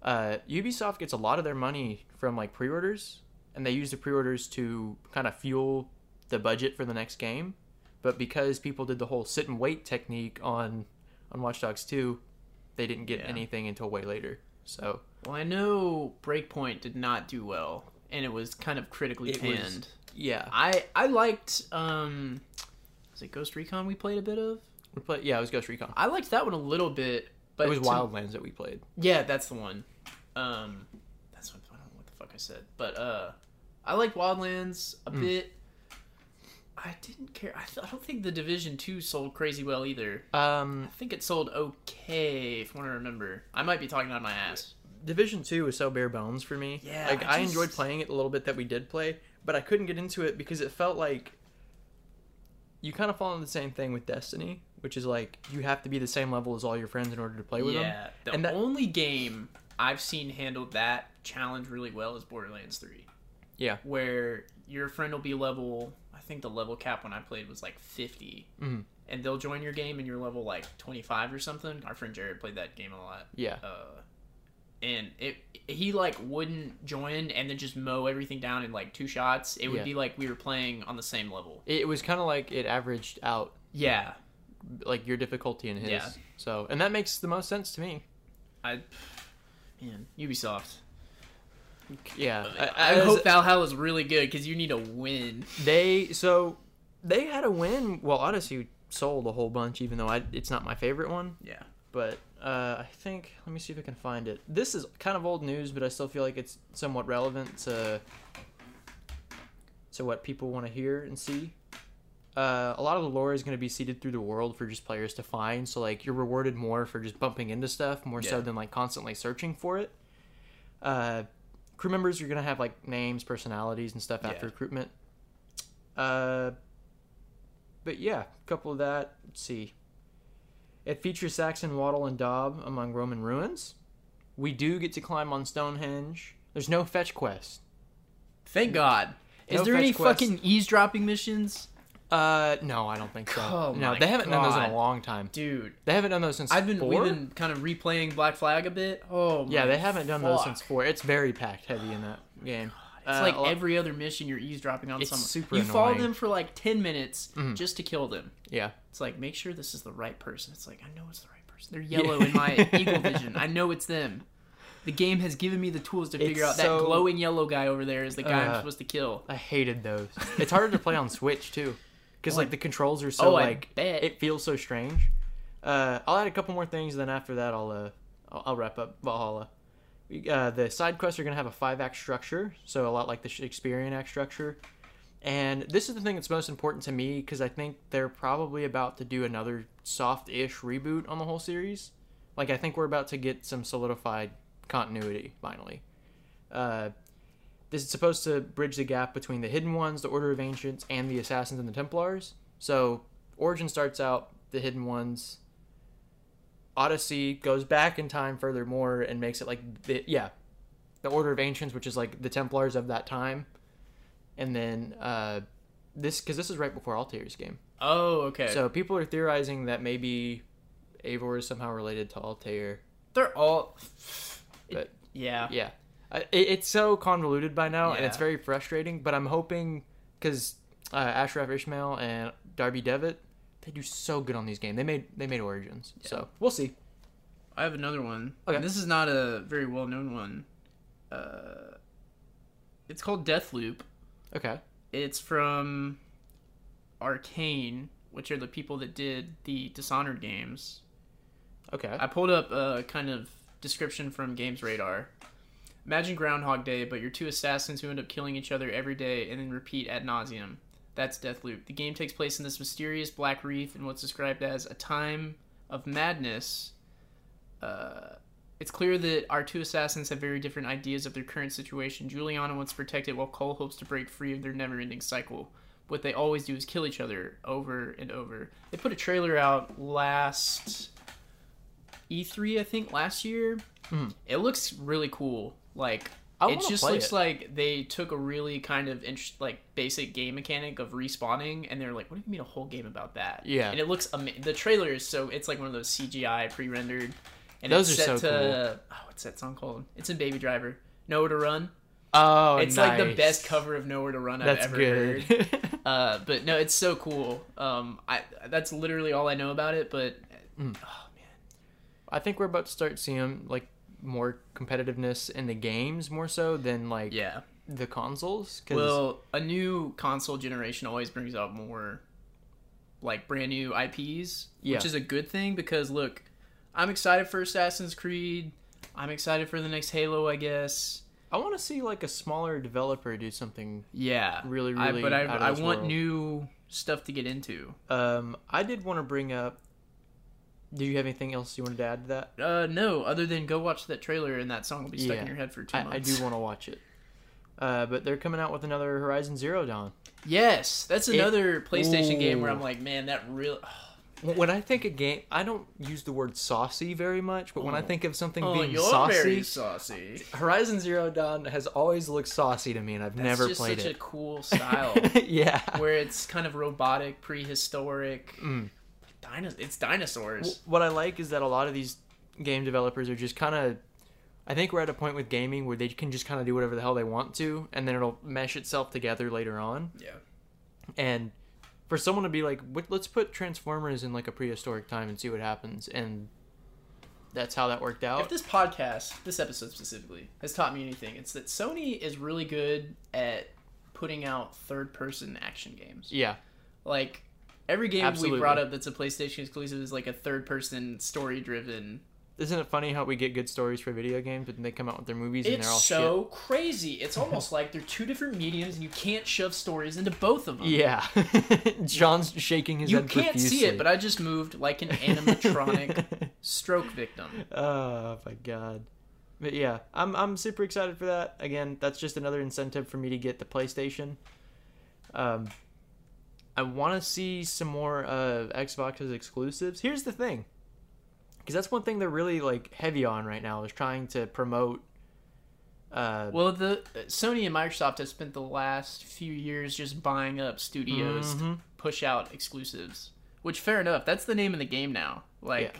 S1: uh, Ubisoft gets a lot of their money from like pre-orders, and they use the pre-orders to kind of fuel the budget for the next game. But because people did the whole sit and wait technique on on Watch Dogs 2, they didn't get
S2: Yeah.
S1: anything until way later. So
S2: Well, I know Breakpoint did not do well, and it was kind of critically
S1: It was-
S2: panned.
S1: yeah,
S2: I I liked um, was it Ghost Recon we played a bit of?
S1: we play, yeah, it was Ghost Recon.
S2: I liked that one a little bit, but
S1: It was
S2: to-
S1: Wildlands that we played.
S2: Yeah, that's the one. Um, that's what I don't know what the fuck I said, but uh, I like Wildlands a bit. I didn't care. I, th- I don't think the Division Two sold crazy well either.
S1: Um,
S2: I think it sold okay, if I want to remember. I might be talking out my ass.
S1: Division Two was so bare bones for me.
S2: Yeah,
S1: like I,
S2: I
S1: enjoyed
S2: just-
S1: playing it a little bit that we did play, but I couldn't get into it because it felt like you kind of fall into the same thing with Destiny, which is like you have to be the same level as all your friends in order to play with them.
S2: Yeah, the
S1: And that-
S2: only game I've seen handle that challenge really well is Borderlands Three.
S1: Yeah.
S2: where your friend will be level. I think the level cap when I played was like 50
S1: Mhm.
S2: and they'll join your game and you're level like twenty five or something. Our friend Jared played that game a lot.
S1: Yeah,
S2: uh, and it he like wouldn't join and then just mow everything down in like two shots. It would
S1: Yeah.
S2: be like we were playing on the same level.
S1: it was kind of like it averaged out
S2: Yeah,
S1: like your difficulty and his.
S2: Yeah.
S1: So, and that makes the most sense to me.
S2: I, man, Ubisoft.
S1: yeah.
S2: I,
S1: as-
S2: hope Valhalla's really good because you need a win.
S1: they so they had a win. Well, Odyssey sold a whole bunch, even though I, it's not my favorite one.
S2: Yeah.
S1: But uh, I think let me see if I can find it. This is kind of old news, but I still feel like it's somewhat relevant to to what people want to hear and see. Uh, a lot of the lore is going to be seeded through the world for just players to find. So like you're rewarded more for just bumping into stuff more so
S2: Yeah.
S1: than like constantly searching for it. Uh, crew members are going to have like names, personalities, and stuff after
S2: Yeah.
S1: recruitment. Uh, but yeah, couple of that. Let's see. It features Saxon, Waddle, and Dob among Roman ruins. We do get to climb on Stonehenge. There's no fetch quest.
S2: Thank God. Is
S1: No
S2: there any
S1: fetch quest.
S2: fucking eavesdropping missions?
S1: Uh, no, I don't think so.
S2: Oh
S1: no,
S2: my
S1: they haven't done those in
S2: God.
S1: a long time.
S2: Dude,
S1: They haven't done those since
S2: I've been
S1: four.
S2: we've been kind of replaying Black Flag a bit. Oh
S1: yeah,
S2: my
S1: they haven't done those
S2: fuck.
S1: since four. It's very packed heavy in that game.
S2: It's
S1: Uh,
S2: like
S1: a lot-
S2: every other mission you're eavesdropping on
S1: It's
S2: someone.
S1: super
S2: you follow
S1: annoying. Mm-hmm.
S2: them for like 10 minutes just to kill them.
S1: yeah.
S2: It's like make sure this is the right person. It's like I know it's the right person. They're yellow in my eagle vision. I know it's them. The game has given me the tools to figure
S1: It's
S2: out
S1: so-
S2: that glowing yellow guy over there is the guy I'm
S1: Uh,
S2: supposed to kill.
S1: I hated those. It's harder to play on Switch too, because like the controls are so
S2: oh, I
S1: like
S2: bet.
S1: it feels so strange. Uh, I'll add a couple more things, then after that I'll uh, I'll, I'll wrap up Valhalla. We- Uh, the side quests are gonna have a five act structure, so a lot like the Shakespearean act structure. And this is the thing that's most important to me because I think they're probably about to do another soft-ish reboot on the whole series. Like I think we're about to get some solidified continuity finally. Uh, this is supposed to bridge the gap between the Hidden Ones, the Order of Ancients, and the Assassins and the Templars. So Origin starts out the Hidden Ones. Odyssey goes back in time furthermore and makes it like the, yeah, the Order of Ancients, which is like the Templars of that time, and then uh, this because this is right before Altair's game.
S2: Oh, okay. So
S1: So people are theorizing that maybe Eivor is somehow related to Altair.
S2: they're all.
S1: But-
S2: yeah.
S1: Yeah, I- it, it's so convoluted by now, and it's
S2: Yeah.
S1: very frustrating. But I'm hoping because uh, Ashraf Ishmael and Darby Devitt, they do so good on these games. They made they made Origins, so we'll see.
S2: I have another one.
S1: Okay.
S2: This is not a very well known one. Uh, it's called Death Loop.
S1: Okay,
S2: It's from Arcane, which are the people that did the Dishonored games.
S1: okay,
S2: I pulled up a kind of description from Games Radar. Imagine Groundhog Day, but you're two assassins who end up killing each other every day and then repeat ad nauseum. That's Deathloop. The game takes place in this mysterious black reef in what's described as a time of madness. Uh, it's clear that our two assassins have very different ideas of their current situation. Juliana wants to protect it, while Cole hopes to break free of their never-ending cycle. What they always do is kill each other over and over. They put a trailer out last E3, E I think, last year. It looks really cool. Like
S1: Hmm. I
S2: it
S1: wanna
S2: just
S1: play
S2: looks
S1: it.
S2: like they took a really kind of int- like basic game mechanic of respawning, and they're like, "What do you mean a whole game about that?"
S1: Yeah.
S2: and it looks amazing. The trailer is so it's like one of those CGI pre-rendered. And
S1: Those
S2: it's
S1: are
S2: set
S1: so
S2: to, Oh, what's that song called? It's in Baby Driver. Nowhere to Run.
S1: oh,
S2: It's like the
S1: nice.
S2: best cover of Nowhere to Run I've
S1: That's
S2: ever
S1: good.
S2: heard. Uh, but no, it's so cool. Um, I that's literally all I know about it. But oh man,
S1: I think we're about to start seeing like more competitiveness in the games more so than like
S2: yeah.
S1: the consoles. 'cause-
S2: Well, a new console generation always brings out more like brand new IPs,
S1: Yeah.
S2: which is a good thing because look, I'm excited for Assassin's Creed. I'm excited for the next Halo, I guess.
S1: I want to see like a smaller developer do something
S2: Yeah,
S1: Really,
S2: I-
S1: really
S2: but I,
S1: out of
S2: I
S1: this
S2: want
S1: world.
S2: new stuff to get into.
S1: Um, I did want to bring up. Do you have anything else you wanted to add to that?
S2: Uh, no, other than go watch that trailer and that song will be stuck
S1: Yeah.
S2: in your head for two
S1: I,
S2: months.
S1: I do want to watch it. Uh, but they're coming out with another Horizon Zero Dawn.
S2: Yes, that's another PlayStation game where I'm
S1: Ooh.
S2: like, man, that real.
S1: Wh- When I think a game, I don't use the word saucy very much, but when I think of something
S2: Oh,
S1: being
S2: you're
S1: saucy,
S2: very saucy.
S1: Horizon Zero Dawn has always looked saucy to me, and I've never
S2: it's just
S1: played
S2: such a
S1: it.
S2: cool style.
S1: yeah.
S2: where it's kind of robotic, prehistoric.
S1: Mm.
S2: Dino- it's dinosaurs.
S1: What I like is that a lot of these game developers are just kind of. I think we're at a point with gaming where they can just kind of do whatever the hell they want to, and then it'll mesh itself together later on.
S2: Yeah.
S1: and for someone to be like "What- let's put transformers in like a prehistoric time and see what happens and that's how that worked out.
S2: If this podcast, this episode specifically, has taught me anything, it's that Sony is really good at putting out third person action games.
S1: yeah,
S2: Like every game
S1: Absolutely.
S2: we brought up that's a PlayStation exclusive is like a third person story driven.
S1: isn't it funny how we get good stories for video games, but then they come out with their movies and
S2: It's
S1: they're all
S2: so crazy. It's almost like they're two different mediums and you can't shove stories into both of them.
S1: shit? Yeah, John's shaking his
S2: You
S1: head
S2: can't
S1: profusely.
S2: see it, but I just moved like an animatronic stroke victim.
S1: Oh my god. But yeah, I'm I'm super excited for that. Again, that's just another incentive for me to get the PlayStation. Um I want to see some more uh Xbox's exclusives. Here's the thing. Cuz that's one thing they're really like heavy on right now is trying to promote uh
S2: Well, the Sony and Microsoft have spent the last few years just buying up studios
S1: Mm-hmm.
S2: to push out exclusives. Which, fair enough, that's the name of the game now. Like,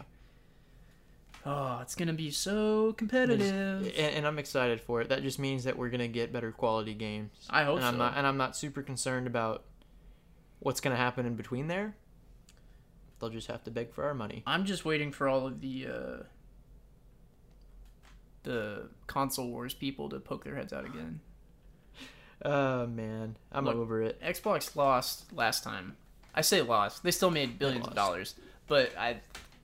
S2: oh, it's gonna be so competitive.
S1: and, and I'm excited for it. That just means that we're going to get better quality games.
S2: I hope
S1: and I'm
S2: Oh, so.
S1: not and I'm not super concerned about what's going to happen in between there. They'll just have to beg for our money.
S2: I'm just waiting for all of the uh, the console wars people to poke their heads out again.
S1: Oh man, I'm
S2: Look,
S1: over it.
S2: Xbox lost last time. I say lost. They still made billions
S1: lost.
S2: of dollars, but I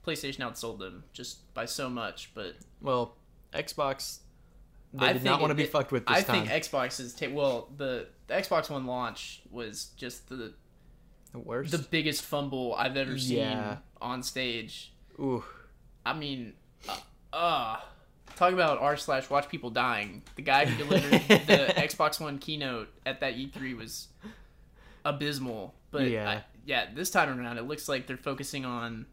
S2: PlayStation outsold them just by so much. But
S1: Well, Xbox, they
S2: I
S1: did not
S2: think
S1: want to be
S2: it-
S1: fucked with this
S2: I
S1: time.
S2: think Xbox is ta- well the, the Xbox One launch was just the
S1: the worst.
S2: the biggest fumble I've ever seen
S1: Yeah.
S2: on stage.
S1: Ooh,
S2: I mean, uh, uh talk about r slash watch people dying. The guy who delivered the Xbox One keynote at that E3 was abysmal. But yeah,
S1: Yeah.
S2: yeah, this time around it looks like they're focusing on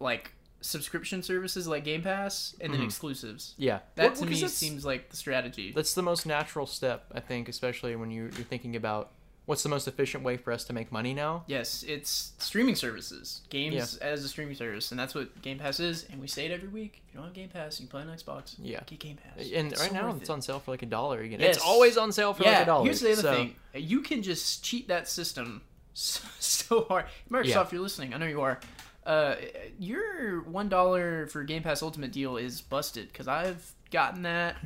S2: like subscription services like Game Pass and
S1: Mm-hmm.
S2: then exclusives.
S1: yeah.
S2: That
S1: Well,
S2: to
S1: because
S2: me
S1: that's,
S2: seems like the strategy.
S1: that's the most natural step, I think, especially when you, you're thinking about what's the most efficient way for us to make money now.
S2: Yes, it's streaming services. Games as a streaming service, and that's what Game Pass is. And we say it every week. If you don't have Game Pass, you can play on Xbox.
S1: Yeah.
S2: Get Game Pass.
S1: And
S2: It's
S1: right
S2: so
S1: now,
S2: worth
S1: it's
S2: it.
S1: on sale for like a dollar again.
S2: Yes.
S1: It's always on sale for
S2: yeah,
S1: like a dollar.
S2: here's the other
S1: so-
S2: thing. You can just cheat that system so, so hard. Microsoft,
S1: Yeah.
S2: you're listening. I know you are. Uh, your one dollar for Game Pass Ultimate deal is busted because I've gotten that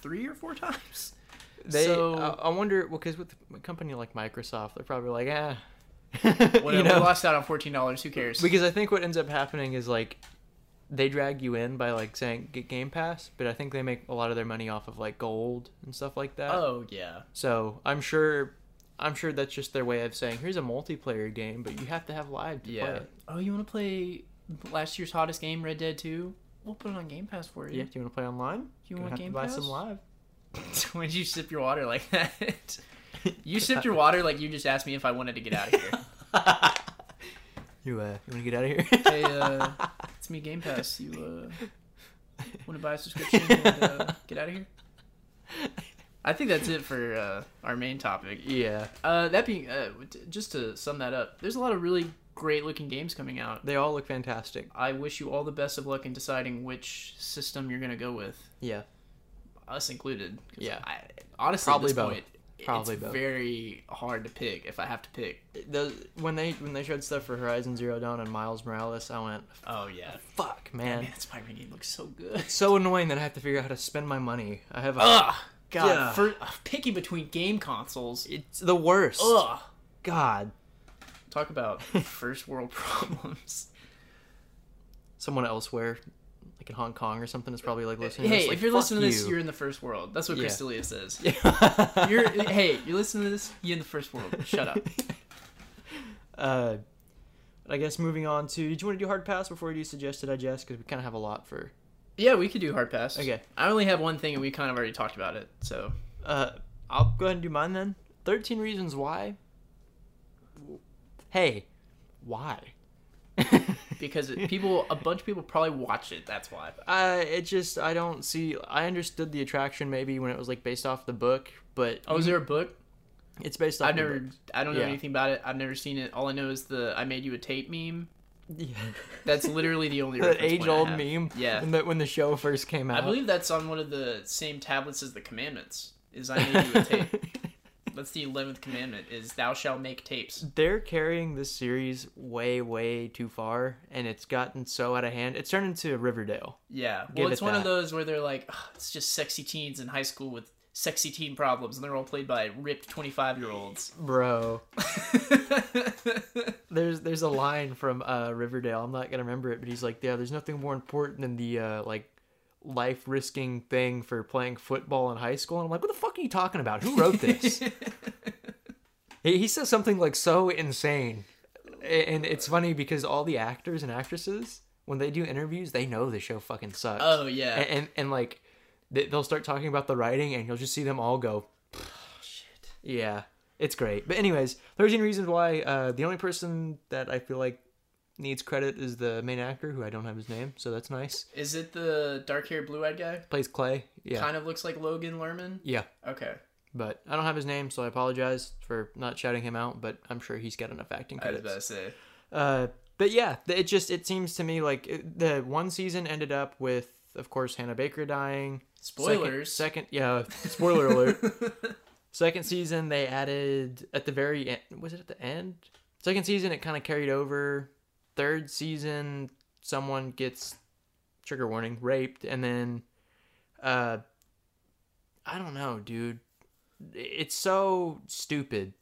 S2: three or four times.
S1: They,
S2: so-
S1: I- I wonder, well, because with a company like Microsoft, they're probably like, ah.
S2: Whatever. We lost out on fourteen dollars. Who cares?
S1: Because I think what ends up happening is like they drag you in by like saying get Game Pass, but I think they make a lot of their money off of like gold and stuff like that.
S2: oh yeah.
S1: So I'm sure, I'm sure that's just their way of saying here's a multiplayer game, but you have to have live to play
S2: Yeah.
S1: it.
S2: Oh, you want to play last year's hottest game, Red Dead 2? We'll put it on Game Pass for
S1: Yeah.
S2: you.
S1: Do you want to play online?
S2: You
S1: Gonna
S2: want
S1: have to
S2: Game
S1: buy
S2: Pass?
S1: some live.
S2: when you sip your water like that, you sipped your water like you just asked me if I wanted to get out of here.
S1: You uh, you want to get out of here?
S2: hey, uh, it's me, Game Pass. You uh, want to buy a subscription and uh, get out of here? I think that's it for uh, our main topic.
S1: yeah,
S2: Uh, that being, uh, t- just to sum that up, there's a lot of really great looking games coming out.
S1: they all look fantastic.
S2: I wish you all the best of luck in deciding which system you're going to go with.
S1: Yeah,
S2: us included. 'cause
S1: Yeah.
S2: I, honestly,
S1: Probably
S2: at this
S1: both.
S2: point,
S1: Probably
S2: it's
S1: both.
S2: very hard to pick if I have to pick.
S1: those when they when they showed stuff for Horizon Zero Dawn and Miles Morales, I went
S2: Oh yeah,
S1: fuck
S2: man,
S1: man.
S2: that Spider-Man game looks so good.
S1: so annoying that I have to figure out how to spend my money. I have a
S2: Ugh, God,
S1: Yeah.
S2: for uh, picking between game consoles.
S1: It's the worst.
S2: Ugh,
S1: God.
S2: talk about first world problems.
S1: Someone elsewhere, like in Hong Kong or something, is probably like listening. to
S2: hey,
S1: this, like,
S2: if you're
S1: "Fuck
S2: listening to this,
S1: you."
S2: you're in the first world. That's what
S1: Yeah.
S2: Chris D'Elia says. You're hey, you're listening to this, you're in the first world. Shut up.
S1: uh, I guess moving on to. Did you want to do hard pass before we do suggested digest? Because we kind of have a lot for.
S2: Yeah, we could do hard pass.
S1: Okay.
S2: I only have one thing, and we kind of already talked about it. So
S1: Uh, I'll go ahead and do mine then. Thirteen reasons why. Hey, why?
S2: because it, people, a bunch of people probably watch it. That's why.
S1: Uh, it just I don't see. I understood the attraction maybe when it was like based off the book, but
S2: Oh, is there a book?
S1: it's based off.
S2: I've
S1: the
S2: never. I don't know
S1: Yeah.
S2: anything about it. I've never seen it. All I know is the "I made you a tape" meme.
S1: book.
S2: That's literally the only
S1: that
S2: reference point I
S1: age old
S2: have.
S1: meme.
S2: Yeah.
S1: When the, when the show first came out.
S2: I believe that's on one of the same tablets as the commandments. Is I made you a tape. That's the eleventh commandment: is thou shalt make tapes.
S1: They're carrying this series way, way too far, and it's gotten so out of hand. It's turned into Riverdale.
S2: Yeah.
S1: Give
S2: Well,
S1: it
S2: it's one of
S1: that.
S2: those where they're like, "Ugh, it's just sexy teens in high school with sexy teen problems, and they're all played by ripped twenty-five-year-olds.
S1: Bro. There's there's a line from uh, Riverdale. I'm not gonna remember it, but he's like, yeah, there's nothing more important than the uh, like life risking thing for playing football in high school. And I'm like, what the fuck are you talking about? Who wrote this? he, he says something like so insane, A- and it's funny because all the actors and actresses when they do interviews, they know the show fucking sucks.
S2: oh yeah.
S1: and, and and like they- they'll start talking about the writing, and you'll just see them all go,
S2: Oh, Shit.
S1: yeah, it's great. But anyways, 13 reasons why uh, the only person that I feel like needs credit is the main actor, who I don't have his name, so that's nice.
S2: Is it the dark-haired, blue-eyed guy?
S1: Plays Clay. Yeah.
S2: Kind of looks like Logan Lerman.
S1: Yeah.
S2: Okay.
S1: But I don't have his name, so I apologize for not shouting him out. But I'm sure he's got enough acting
S2: I was about
S1: credits.
S2: to say.
S1: Uh, but yeah, th- it just it seems to me like it, the one season ended up with, of course, Hannah Baker dying. Second-
S2: Spoilers.
S1: Second, yeah, spoiler alert. Second season, they added at the very end. Was it at the end? Second season, it kind of carried over. Third season, someone gets trigger warning raped, and then, uh, I don't know, dude. It's so stupid.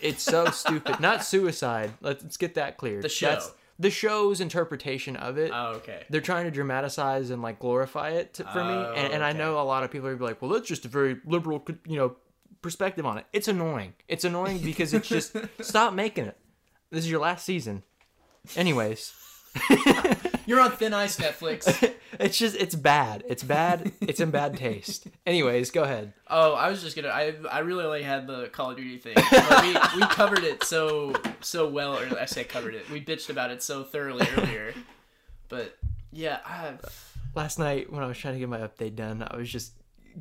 S1: It's so stupid. Not suicide. Let's, let's get that clear.
S2: The show.
S1: the show's interpretation of it
S2: Oh, okay.
S1: they're trying to dramatize and like glorify it to, for me
S2: Oh,
S1: and, and i
S2: okay.
S1: know a lot of people are gonna be like well that's just a very liberal you know perspective on it it's annoying it's annoying because it's just stop making it this is your last season anyways
S2: You're on thin ice, Netflix.
S1: it's just it's bad it's bad it's in bad taste anyways go ahead
S2: oh, I was just gonna. I I really only had the Call of Duty thing. But we, we covered it so so well. Or I say covered it. We bitched about it so thoroughly earlier. But yeah, I,
S1: last night when i was trying to get my update done i was just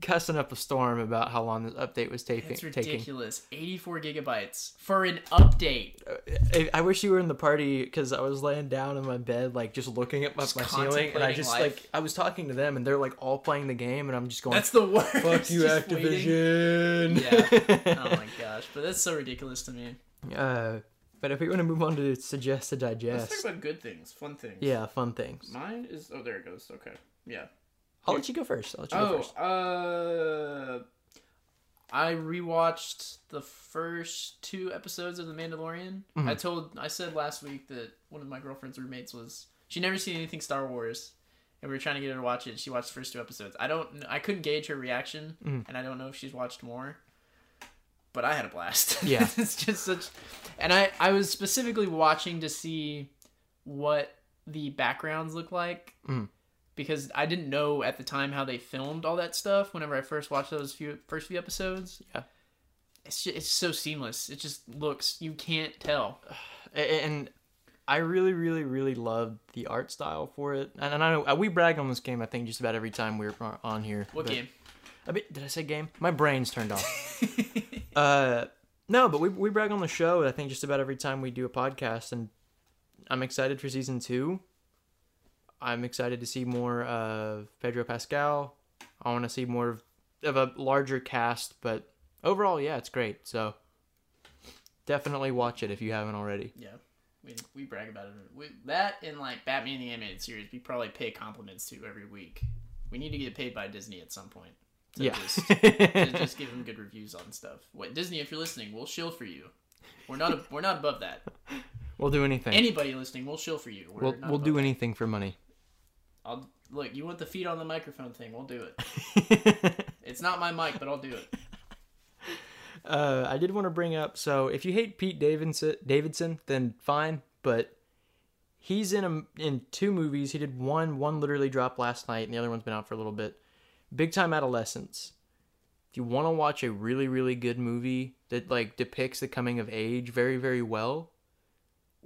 S1: cussing up a storm about how long this update was taking
S2: it's
S1: taking
S2: ridiculous. 84 gigabytes for an update.
S1: I, I wish you were in the party because I was laying down in my bed, like just looking at my, my ceiling, and I
S2: contemplating
S1: just
S2: life.
S1: like I was talking to them, and they're like all playing the game, and I'm just going,
S2: That's the worst.
S1: "Fuck you,
S2: Just waiting.
S1: Activision."
S2: Yeah. Oh my gosh, but that's so ridiculous to me.
S1: uh, but if we want to move on to suggest to
S2: Let's
S1: digest,
S2: talk about good things, fun things.
S1: yeah, fun things.
S2: Mine is. Oh, there it goes. Okay. Yeah.
S1: I'll let you go first. I'll let you go
S2: Oh,
S1: first.
S2: uh, I rewatched the first two episodes of The Mandalorian. I told, I said last week that one of my girlfriend's roommates was she never seen anything Star Wars, and we were trying to get her to watch it. and She watched the first two episodes. I don't, kn- I couldn't gauge her reaction,
S1: Mm.
S2: and I don't know if she's watched more. But I had a blast.
S1: Yeah.
S2: it's just such, and I, I was specifically watching to see what the backgrounds look like
S1: Mm.
S2: because I didn't know at the time how they filmed all that stuff. Whenever I first watched those few first few episodes,
S1: Yeah.
S2: it's just, it's so seamless. It just looks you can't tell.
S1: A- and I really, really, really loved the art style for it. And, and I know uh, we brag on this game, I think, just about every time we're on here.
S2: What
S1: but-
S2: game?
S1: I mean, did I say game? My brain's turned off. uh, no, but we, we brag on the show. I think just about every time we do a podcast, and I'm excited for season two. I'm excited to see more of Pedro Pascal. I want to see more of, of a larger cast, but overall, yeah, it's great. So definitely watch it if you haven't already.
S2: Yeah, we, we brag about it. We, that and like Batman the animated series, we probably pay compliments to every week. We need to get paid by Disney at some point. To
S1: Yeah.
S2: Just, to just give them good reviews on stuff. What Disney, if you're listening, we'll shill for you. We're not we're not above that.
S1: we'll do anything.
S2: Anybody listening, we'll shill for you. We're
S1: we'll
S2: not
S1: we'll
S2: above
S1: do anything for money.
S2: I'll look. You want the feet on the microphone thing? We'll do it. It's not my mic, but I'll do it.
S1: Uh, I did want to bring up. So if you hate Pete Davidson, Davidson, then fine. But he's in a, in two movies. He did one. One literally dropped last night, and the other one's been out for a little bit. Big Time Adolescence. If you want to watch a really really good movie that like depicts the coming of age very very well,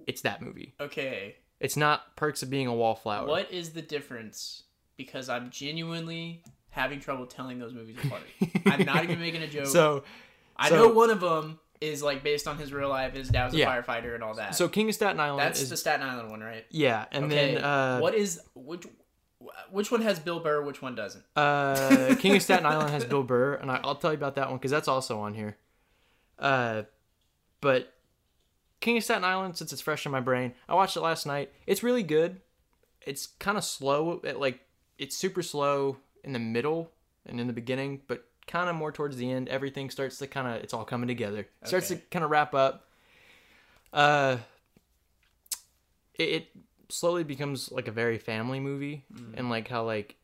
S1: it's that movie.
S2: Okay.
S1: It's not Perks of Being a Wallflower.
S2: What is the difference? Because I'm genuinely having trouble telling those movies apart. I'm not even making a joke.
S1: So
S2: I
S1: so-
S2: know one of them is like based on his real life. His dad was a
S1: Yeah.
S2: firefighter and all that.
S1: so King of Staten Island
S2: that's
S1: is
S2: the Staten Island one, right?
S1: yeah, and
S2: Okay.
S1: then uh,
S2: what is which? Which one has Bill Burr? Which one doesn't?
S1: Uh, King of Staten Island has Bill Burr, and I, I'll tell you about that one because that's also on here. Uh, but King of Staten Island, since it's fresh in my brain, I watched it last night. It's really good. It's kind of slow. At, like it's super slow in the middle and in the beginning, but kind of more towards the end. Everything starts to kind of it's all coming together. It Starts to
S2: Okay.
S1: kind of wrap up. Uh, it, it slowly becomes like a very family movie,
S2: Mm.
S1: and like how like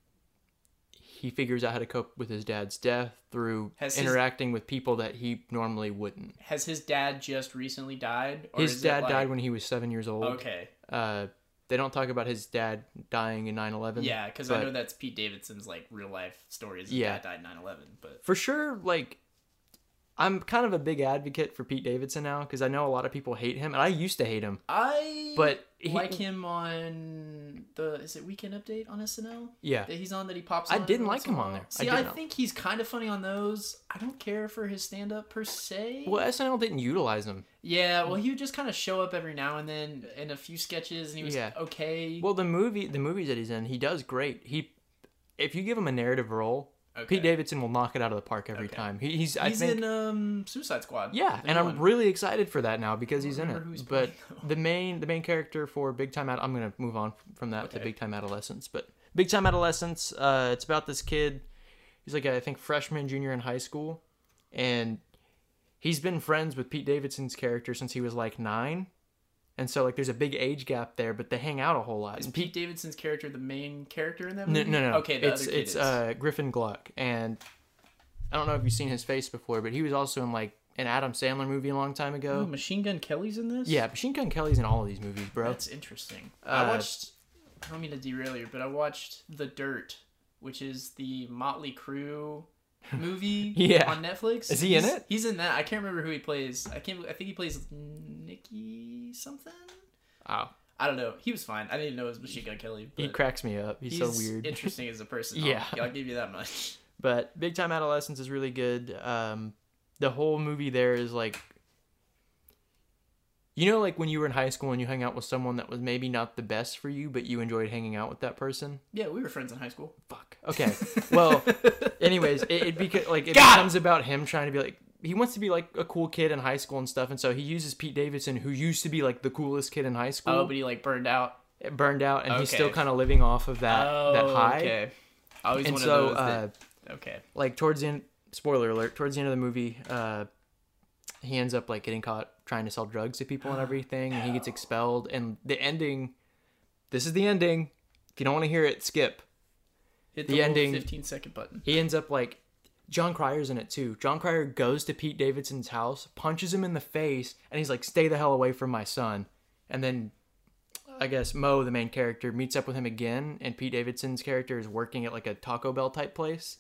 S1: he figures out how to cope with his dad's death through
S2: Has his-
S1: interacting with people that he normally wouldn't.
S2: Has his dad just recently died? Or
S1: His
S2: is it
S1: dad
S2: like-
S1: died when he was seven years old.
S2: Okay.
S1: Uh, they don't talk about his dad dying in 9-11.
S2: Yeah, because
S1: but-
S2: I know that's Pete Davidson's like real life stories.
S1: Yeah.
S2: Yeah, dad died 9-11, but
S1: For sure, like, I'm kind of a big advocate for Pete Davidson now because I know a lot of people hate him, and I used to hate him.
S2: I
S1: But he-
S2: like him on the is it Weekend Update on SNL
S1: Yeah.
S2: that he's on that he pops.
S1: I
S2: on
S1: didn't
S2: once
S1: like
S2: in a
S1: him on
S2: while.
S1: there. I
S2: See,
S1: did
S2: I,
S1: not.
S2: think he's kind of funny on those. I don't care for his stand up per se.
S1: Well, SNL didn't utilize him.
S2: Yeah,
S1: Mm.
S2: well, he would just kind of show up every now and then in a few sketches, and he was
S1: Yeah.
S2: okay.
S1: Well, the movie, the movies that he's in, he does great. He, if you give him a narrative role,
S2: okay.
S1: Pete Davidson will knock it out of the park every
S2: Okay.
S1: time. He, he's, I
S2: He's
S1: think,
S2: in um Suicide Squad.
S1: Yeah,
S2: the
S1: and
S2: new
S1: I'm
S2: one.
S1: really excited for that now because
S2: don't
S1: he's in it.
S2: remember who he's
S1: but
S2: playing,
S1: the main the main character for Big Time Ad- I'm gonna move on from that to
S2: Okay.
S1: Big Time Adolescence. But Big Time Adolescence, uh, it's about this kid. He's like I think freshman, junior in high school, and he's been friends with Pete Davidson's character since he was like nine, and so like there's a big age gap there, but they hang out a whole lot.
S2: is
S1: And
S2: Pete Davidson's character the main character in that
S1: no,
S2: movie?
S1: no, no.
S2: Okay, the
S1: it's
S2: other kid
S1: it's
S2: is.
S1: uh Griffin Gluck, and I don't know if you've seen his face before, but he was also in like an Adam Sandler movie a long time ago.
S2: Oh, Machine Gun Kelly's in this.
S1: Yeah, Machine Gun Kelly's in all of these movies, bro.
S2: That's interesting.
S1: Uh,
S2: I watched. I don't mean to derail you, but I watched The Dirt, which is the Motley Crue movie
S1: Yeah.
S2: on Netflix.
S1: Is he in
S2: He's-
S1: it?
S2: He's in that. I can't remember who he plays. I can't. I think he plays Nikki something.
S1: Oh,
S2: I don't know. He was fine. I didn't even know it was Machine Gun Kelly. But
S1: he cracks me up. He's,
S2: he's
S1: so weird.
S2: Interesting as a person.
S1: Yeah.
S2: I'll, I'll give you that much.
S1: But Big Time Adolescence is really good. Um, the whole movie there is like, you know, like when you were in high school and you hung out with someone that was maybe not the best for you, but you enjoyed hanging out with that person.
S2: Yeah, we were friends in high school.
S1: Fuck. Okay. Well, anyways, it, it beca- like it
S2: Got him!
S1: becomes about him trying to be like he wants to be like a cool kid in high school and stuff, and so he uses Pete Davidson, who used to be like the coolest kid in high school.
S2: Oh, but he like burned out.
S1: it burned out and he's
S2: Okay.
S1: still kind of living off of that that
S2: Oh,
S1: high
S2: Okay. I was
S1: and
S2: one
S1: so
S2: of those.
S1: uh,
S2: That, okay.
S1: like towards the end spoiler alert towards the end of the movie uh he ends up like getting caught trying to sell drugs to people and everything and he gets expelled and the ending this is the ending if you don't want to hear it skip
S2: Hit
S1: the
S2: the, little
S1: ending-
S2: 15 second button.
S1: he ends up like John Cryer's in it too. John Cryer goes to Pete Davidson's house, punches him in the face, and he's like, "Stay the hell away from my son." And then, I guess Mo, the main character, meets up with him again, and Pete Davidson's character is working at like a Taco Bell type place,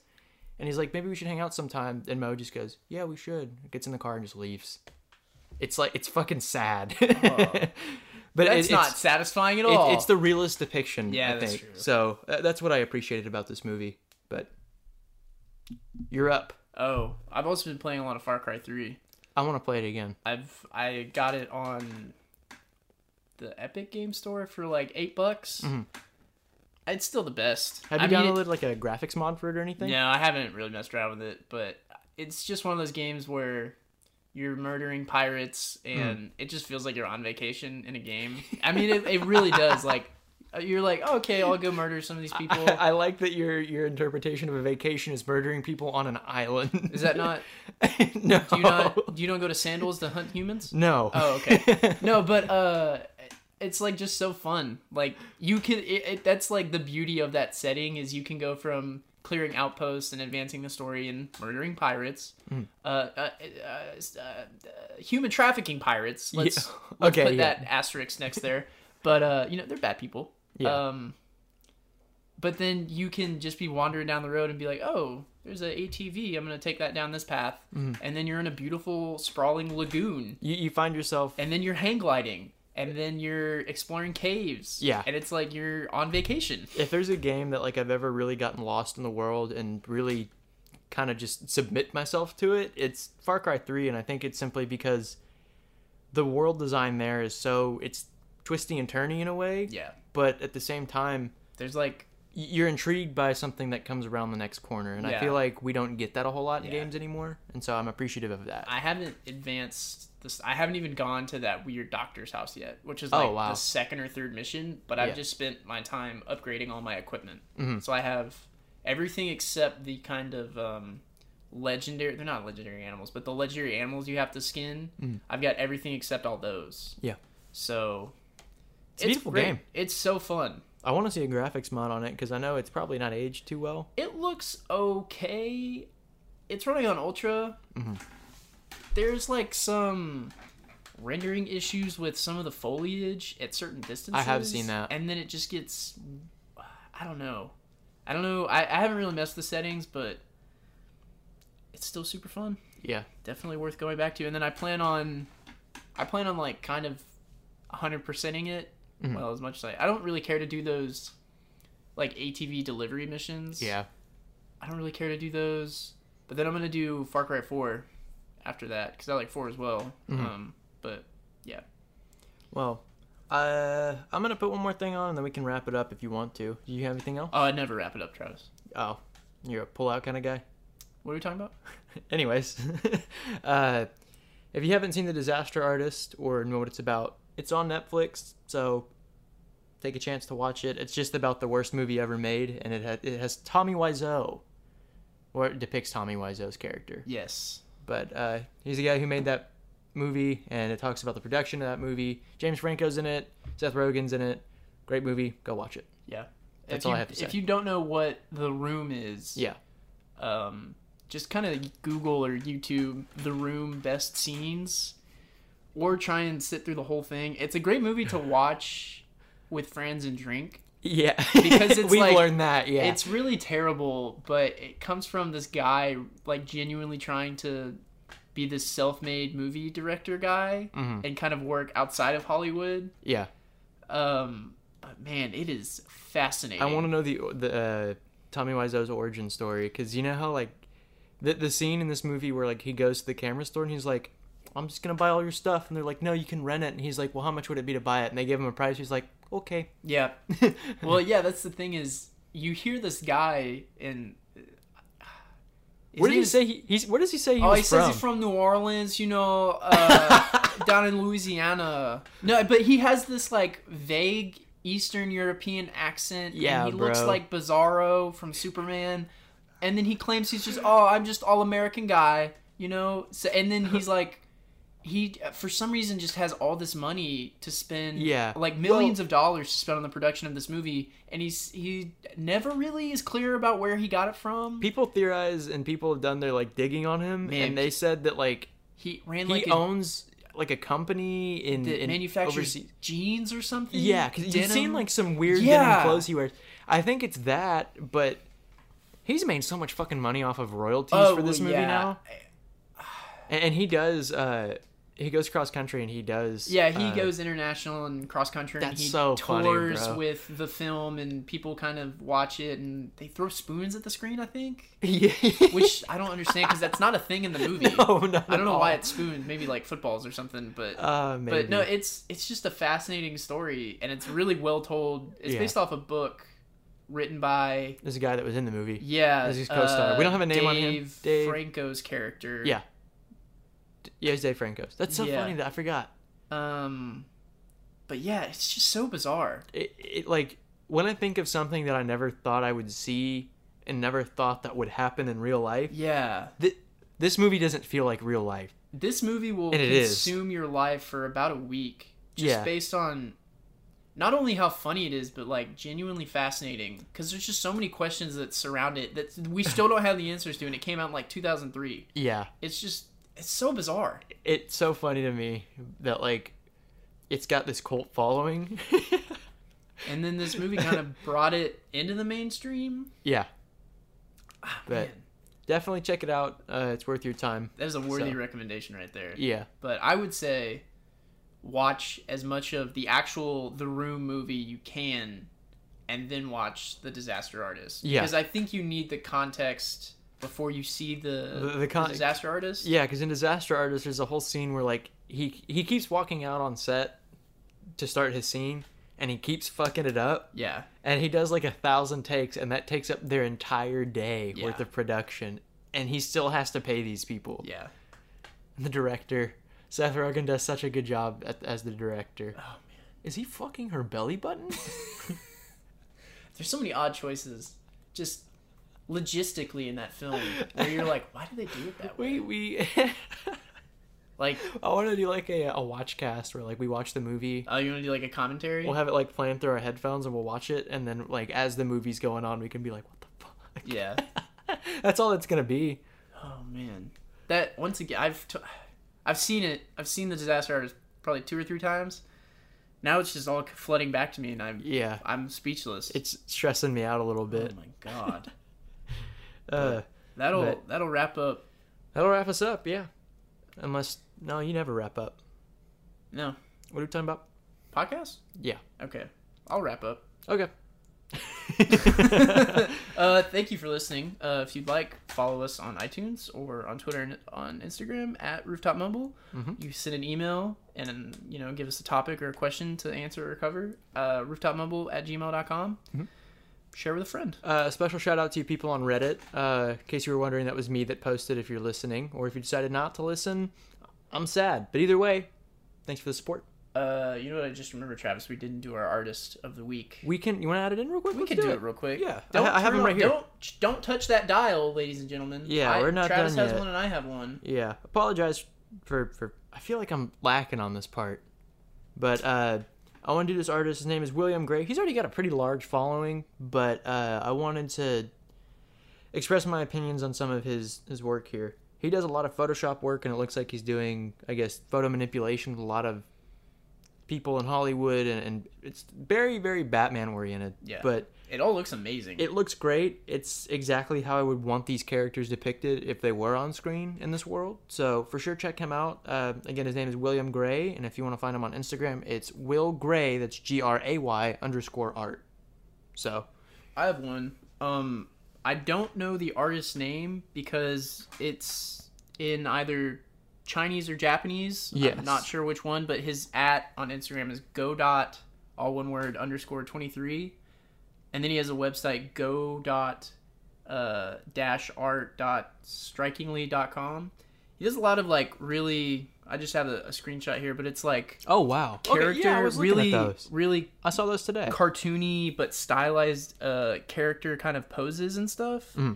S1: and he's like, "Maybe we should hang out sometime." And Mo just goes, "Yeah, we should." Gets in the car and just leaves. It's like it's fucking sad, but
S2: That's
S1: it-
S2: not
S1: It's,
S2: satisfying at
S1: it-
S2: all.
S1: it's the realest depiction.
S2: Yeah,
S1: I
S2: that's
S1: think.
S2: true.
S1: So uh, that's what I appreciated about this movie. But you're up.
S2: Oh, I've also been playing a lot of Far Cry 3.
S1: I want to play it again.
S2: I've I got it on the Epic Game Store for like 8 bucks. It's still the best.
S1: Mm-hmm. Have you
S2: I mean,
S1: downloaded like a graphics mod for it or anything?
S2: No, I haven't really messed around with it, but it's just one of those games where you're murdering pirates and it just feels like you're on vacation in a game. I mean, it, it really does. Like, uh, you're like, okay, I'll go murder some of these people.
S1: I like that your your interpretation of a vacation is murdering people on an island.
S2: Is that not?
S1: no?
S2: Do you not? Do you not go to sandals to hunt humans?
S1: No.
S2: Oh, okay. no, but uh, it's like just so fun. Like you can. It, it, that's like the beauty of that setting is you can go from clearing outposts and advancing the story and murdering pirates,
S1: Hmm.
S2: uh, uh, uh, uh, uh, human trafficking pirates. Let's,
S1: Yeah.
S2: let's
S1: Okay,
S2: put
S1: yeah.
S2: that asterisk next there. But uh, you know they're bad people.
S1: Yeah.
S2: Um, but then you can just be wandering down the road and be like, oh, there's an ATV. I'm gonna take that down this path,
S1: Hmm.
S2: and then you're in a beautiful sprawling lagoon
S1: You, you find yourself.
S2: and then you're hang gliding and then you're exploring caves
S1: Yeah.
S2: and it's like you're on vacation
S1: If there's a game that like I've ever really gotten lost in the world and really kind of just submit myself to it, it's Far Cry 3 and I think it's simply because the world design there is so it's twisty and turny in a way,
S2: yeah
S1: but at the same time
S2: there's like
S1: you're intrigued by something that comes around the next corner, and I
S2: Yeah.
S1: feel like we don't get that a whole lot in
S2: Yeah.
S1: games anymore, and so I'm appreciative of that.
S2: I haven't advanced this. I haven't even gone to that weird doctor's house yet, which is
S1: Oh,
S2: like
S1: wow.
S2: the second or third mission. But
S1: Yeah.
S2: I've just spent my time upgrading all my equipment,
S1: Mhm.
S2: so I have everything except the kind of um, legendary. They're not legendary animals, but the legendary animals you have to skin. I've got everything except all those.
S1: Mm. Yeah.
S2: So
S1: It's a beautiful
S2: great.
S1: game.
S2: It's so fun.
S1: I want to see a graphics mod on it because I know it's probably not aged too well.
S2: It looks okay. It's running on Ultra.
S1: Mm-hmm.
S2: There's like some rendering issues with some of the foliage at certain distances.
S1: seen that.
S2: And then it just gets. I don't know. I don't know. I, I haven't really messed with the settings, but it's still super fun.
S1: Yeah,
S2: Definitely worth going back to. And then I plan on. I plan on like kind of 100%ing it.
S1: Mhm.
S2: Well, as much as I. I don't really care to do those like ATV delivery missions.
S1: yeah.
S2: I don't really care to do those. But then I'm gonna do Far Cry 4 after that because I like 4 as well.
S1: Mm-hmm.
S2: Um, but yeah,
S1: Well, uh, I'm gonna put one more thing on, and then we can wrap it up if you want to. Do you have anything else?
S2: oh, I'd never wrap it up, Travis.
S1: Oh, you're a pull-out kind of guy.
S2: What are we talking about?
S1: Anyways, uh, if you haven't seen The Disaster Artist or know what it's about, it's on Netflix, so take a chance to watch it. It's just about the worst movie ever made, and it, ha- it has Tommy Wiseau, or it depicts Tommy Wiseau's character.
S2: Yes.
S1: But uh, he's the guy who made that movie, and it talks about the production of that movie. James Franco's in it, Seth Rogen's in it. Great movie. Go watch it.
S2: Yeah.
S1: That's
S2: if you,
S1: all I have to say.
S2: If you don't know what the room is,
S1: Yeah.
S2: um, just kind of Google or YouTube the room best scenes, or try and sit through the whole thing. It's a great movie to watch with friends and drink.
S1: Yeah.
S2: Because it's
S1: we've
S2: like-
S1: learned that. Yeah.
S2: It's really terrible, but it comes from this guy like genuinely trying to be this self-made movie director guy
S1: Mhm.
S2: and kind of work outside of Hollywood.
S1: yeah.
S2: Um, but man, it is fascinating.
S1: I want to know the the uh, Tommy Wiseau's origin story because you know how like the the scene in this movie where like he goes to the camera store and he's like, "I'm just gonna buy all your stuff," and they're like, "No, you can rent it," and he's like, "Well, how much would it be to buy it?" And they give him a price. He's like, "Okay."
S2: Yeah. Well, yeah, that's the thing is you hear this guy and uh,
S1: where did he say he, he's? Where does he say he
S2: Oh,
S1: was
S2: he
S1: from?
S2: says he's from New Orleans, you know, uh, down in Louisiana. No, but he has this like vague Eastern European accent. and
S1: Yeah,
S2: he looks
S1: bro.
S2: like Bizarro from Superman, and then he claims he's just oh, I'm just all American guy, you know. So, and then he's like. He for some reason just has all this money to spend,
S1: Yeah.
S2: like millions of dollars to spend on the production of this movie, and he's he never really is clear about where he got it from.
S1: People theorize and people have done their like digging on him,
S2: Man,
S1: and they said that like
S2: He ran
S1: he
S2: like a
S1: owns like a company in,
S2: that
S1: in
S2: manufactures
S1: overseas.
S2: jeans or something.
S1: Yeah, because you've seen
S2: Denim.
S1: like some weird denim
S2: Yeah.
S1: clothes he wears. I think it's that, but he's made so much fucking money off of royalties
S2: Oh,
S1: for this
S2: well,
S1: movie
S2: yeah.
S1: now. And, and he does. Uh, he goes cross country, and he does.
S2: Yeah, he
S1: uh,
S2: goes international and cross country. and
S1: That's
S2: he
S1: so funny,
S2: tours
S1: bro.
S2: with the film, and people kind of watch it, and they throw spoons at the screen. I think,
S1: Yeah.
S2: which I don't understand because that's not a thing in the movie.
S1: no, not
S2: I don't
S1: at
S2: know
S1: all.
S2: why it's spoons. Maybe like footballs or something, but.
S1: Uh, maybe.
S2: But no, it's it's just a fascinating story, and it's really well told. It's
S1: Yeah.
S2: based off a book written by
S1: there's a guy that was in the movie.
S2: yeah,
S1: This is co-star. We don't have a name on him.
S2: Dave
S1: Dave-
S2: Franco's character.
S1: Yeah. Yeah, it's Dave Franco's. That's so
S2: Yeah.
S1: funny that I forgot.
S2: Um, but yeah, it's just so bizarre.
S1: it, it like when I think of something that I never thought I would see and never thought that would happen in real life,
S2: Yeah,
S1: th- this movie doesn't feel like real life.
S2: this movie will
S1: And it is.
S2: consume your life for about a week, just
S1: Yeah.
S2: based on not only how funny it is, but like genuinely fascinating. Because there's just so many questions that surround it that we still don't have the answers to, and it came out in like 2003.
S1: Yeah,
S2: It's just it's so bizarre.
S1: it's so funny to me that like it's got this cult following.
S2: And then this movie kind of brought it into the mainstream.
S1: yeah,
S2: Ah,
S1: But-
S2: man,
S1: definitely check it out. Uh, it's worth your time.
S2: that is a worthy
S1: So-
S2: recommendation right there.
S1: Yeah,
S2: but I would say watch as much of the actual The Room movie you can, and then watch The Disaster Artist.
S1: Yeah.
S2: because I think you need the context before you see the
S1: The- the
S2: the,
S1: con-
S2: Disaster Artist.
S1: yeah, because in Disaster Artist, there's a whole scene where like he he keeps walking out on set to start his scene, and he keeps fucking it up.
S2: Yeah.
S1: and he does like a thousand takes and that takes up their entire day
S2: Yeah.
S1: worth of production and he still has to pay these people
S2: Yeah.
S1: the director seth rogen does such a good job at, as the director
S2: Oh man.
S1: is he fucking her belly button
S2: There's so many odd choices just logistically in that film where you're like, why did they do it that way?
S1: we we
S2: Like,
S1: i want to do like a, a watch cast where like we watch the movie
S2: oh, you want to do like a commentary?
S1: we'll have it like playing through our headphones and we'll watch it and then like as the movie's going on we can be like what the fuck
S2: Yeah.
S1: that's all it's gonna be
S2: Oh man. That once again, I've t- I've seen it. I've seen the disaster artist probably two or three times. Now it's just all flooding back to me, and I'm
S1: yeah
S2: I'm speechless.
S1: it's stressing me out a little
S2: oh
S1: bit
S2: my god.
S1: uh
S2: That'll
S1: But-
S2: that'll wrap up.
S1: That'll wrap us up, yeah. Unless no, you never wrap up.
S2: No
S1: What are we talking about?
S2: podcast.
S1: Yeah.
S2: Okay, I'll wrap up.
S1: Okay.
S2: uh, thank you for listening. Uh, if you'd like, follow us on iTunes or on Twitter and on Instagram at Rooftop Mumble.
S1: Mm-hmm.
S2: You send an email and you know give us a topic or a question to answer or cover. Uh, rooftopmumble at gmail.com.
S1: Mm-hmm.
S2: Share with a friend.
S1: Uh, a special shout out to people on Reddit. Uh, in case you were wondering, that was me that posted. If you're listening, or if you decided not to listen, I'm sad. But either way, thanks for the support.
S2: Uh, you know what? I just remember, Travis. We didn't do our artist of the week.
S1: We can. You want to add it in real quick?
S2: We
S1: Let's
S2: can do it real quick.
S1: Yeah. I-
S2: Don't
S1: I have 'em
S2: turn-
S1: right here.
S2: Don't don't touch that dial, ladies and gentlemen.
S1: Yeah,
S2: I-
S1: we're not
S2: Travis
S1: done
S2: has
S1: yet.
S2: one and I have one.
S1: Yeah. Apologize for for. I feel like I'm lacking on this part, but uh, I want to do this artist. His name is William Gray. He's already got a pretty large following, but uh, I wanted to express my opinions on some of his his work here. He does a lot of Photoshop work, and it looks like he's doing, I guess, photo manipulation with a lot of people in Hollywood, and, and it's very, very Batman oriented.
S2: Yeah.
S1: But
S2: It all looks amazing.
S1: it looks great. It's exactly how I would want these characters depicted if they were on screen in this world. So for sure, check him out. Uh, again, his name is William Gray, and if you want to find him on Instagram, it's Will Gray. That's G R A Y underscore art. So
S2: I have one. Um, I don't know the artist's name because it's in either Chinese or Japanese.
S1: Yes.
S2: I'm not sure which one, but his at on Instagram is go dot all one word underscore twenty three, and then he has a website go dot uh, dash art dot strikingly dot com. He does a lot of like really. I just have a, a screenshot here, but it's like
S1: oh wow,
S2: character really really
S1: I saw those today.
S2: cartoony but stylized uh character kind of poses and stuff.
S1: Mm-hmm.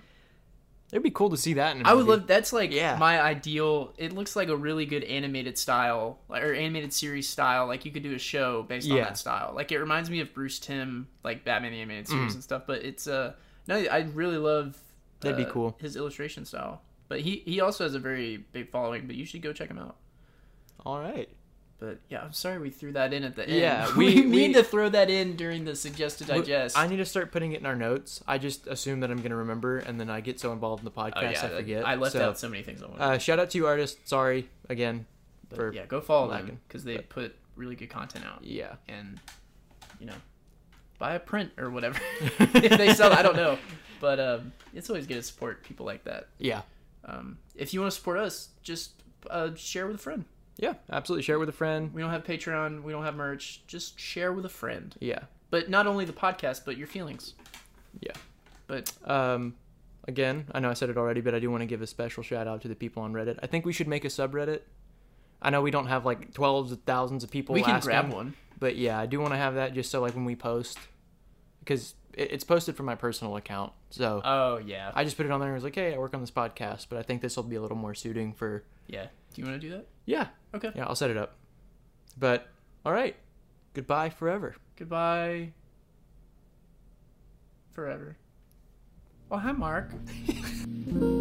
S1: It'd be cool to see that. In a
S2: I would
S1: movie.
S2: love that's like
S1: Yeah.
S2: my ideal. It looks like a really good animated style like- or animated series style. Like you could do a show based on
S1: Yeah.
S2: that style. Like it reminds me of Bruce Tim, like Batman the animated
S1: Mm.
S2: series and stuff. But it's uh no, I really love
S1: That'd be
S2: uh,
S1: cool.
S2: His illustration style. But he he also has a very big following. But you should go check him out.
S1: All right.
S2: But yeah, I'm sorry we threw that in at the end.
S1: Yeah,
S2: we,
S1: we-
S2: mean
S1: we-
S2: to throw that in during the suggested digest.
S1: I need to start putting it in our notes. I just assume that I'm gonna remember, and then I get so involved in the podcast
S2: Oh, yeah,
S1: I forget.
S2: I left
S1: So,
S2: out so many things I wanted.
S1: Uh, shout out to you, artist. Sorry again.
S2: But
S1: for-
S2: yeah, go follow them
S1: lacking.
S2: because they put really good content out
S1: Yeah.
S2: and you know buy a print or whatever if they sell. I don't know, but um, it's always good to support people like that.
S1: Yeah.
S2: Um, if you want to support us, just uh, share with a friend.
S1: Yeah, absolutely. Share it with a friend.
S2: We don't have Patreon, we don't have merch. Just share with a friend,
S1: Yeah,
S2: but not only the podcast, but your feelings.
S1: yeah.
S2: But
S1: Um, again, I know I said it already, but I do want to give a special shout out to the people on Reddit. I think we should make a subreddit. I know we don't have like twelves of thousands of people.
S2: we can
S1: asking,
S2: grab one.
S1: but yeah, I do want to have that just so like when we post, because it, it's posted from my personal account, so
S2: Oh yeah,
S1: I just put it on there and was like, hey, I work on this podcast, but I think this will be a little more suiting for.
S2: yeah. Do you want to do that?
S1: Yeah,
S2: Okay.
S1: yeah, I'll set it up. But all right, goodbye forever.
S2: Goodbye. Forever. Oh, hi, Mark.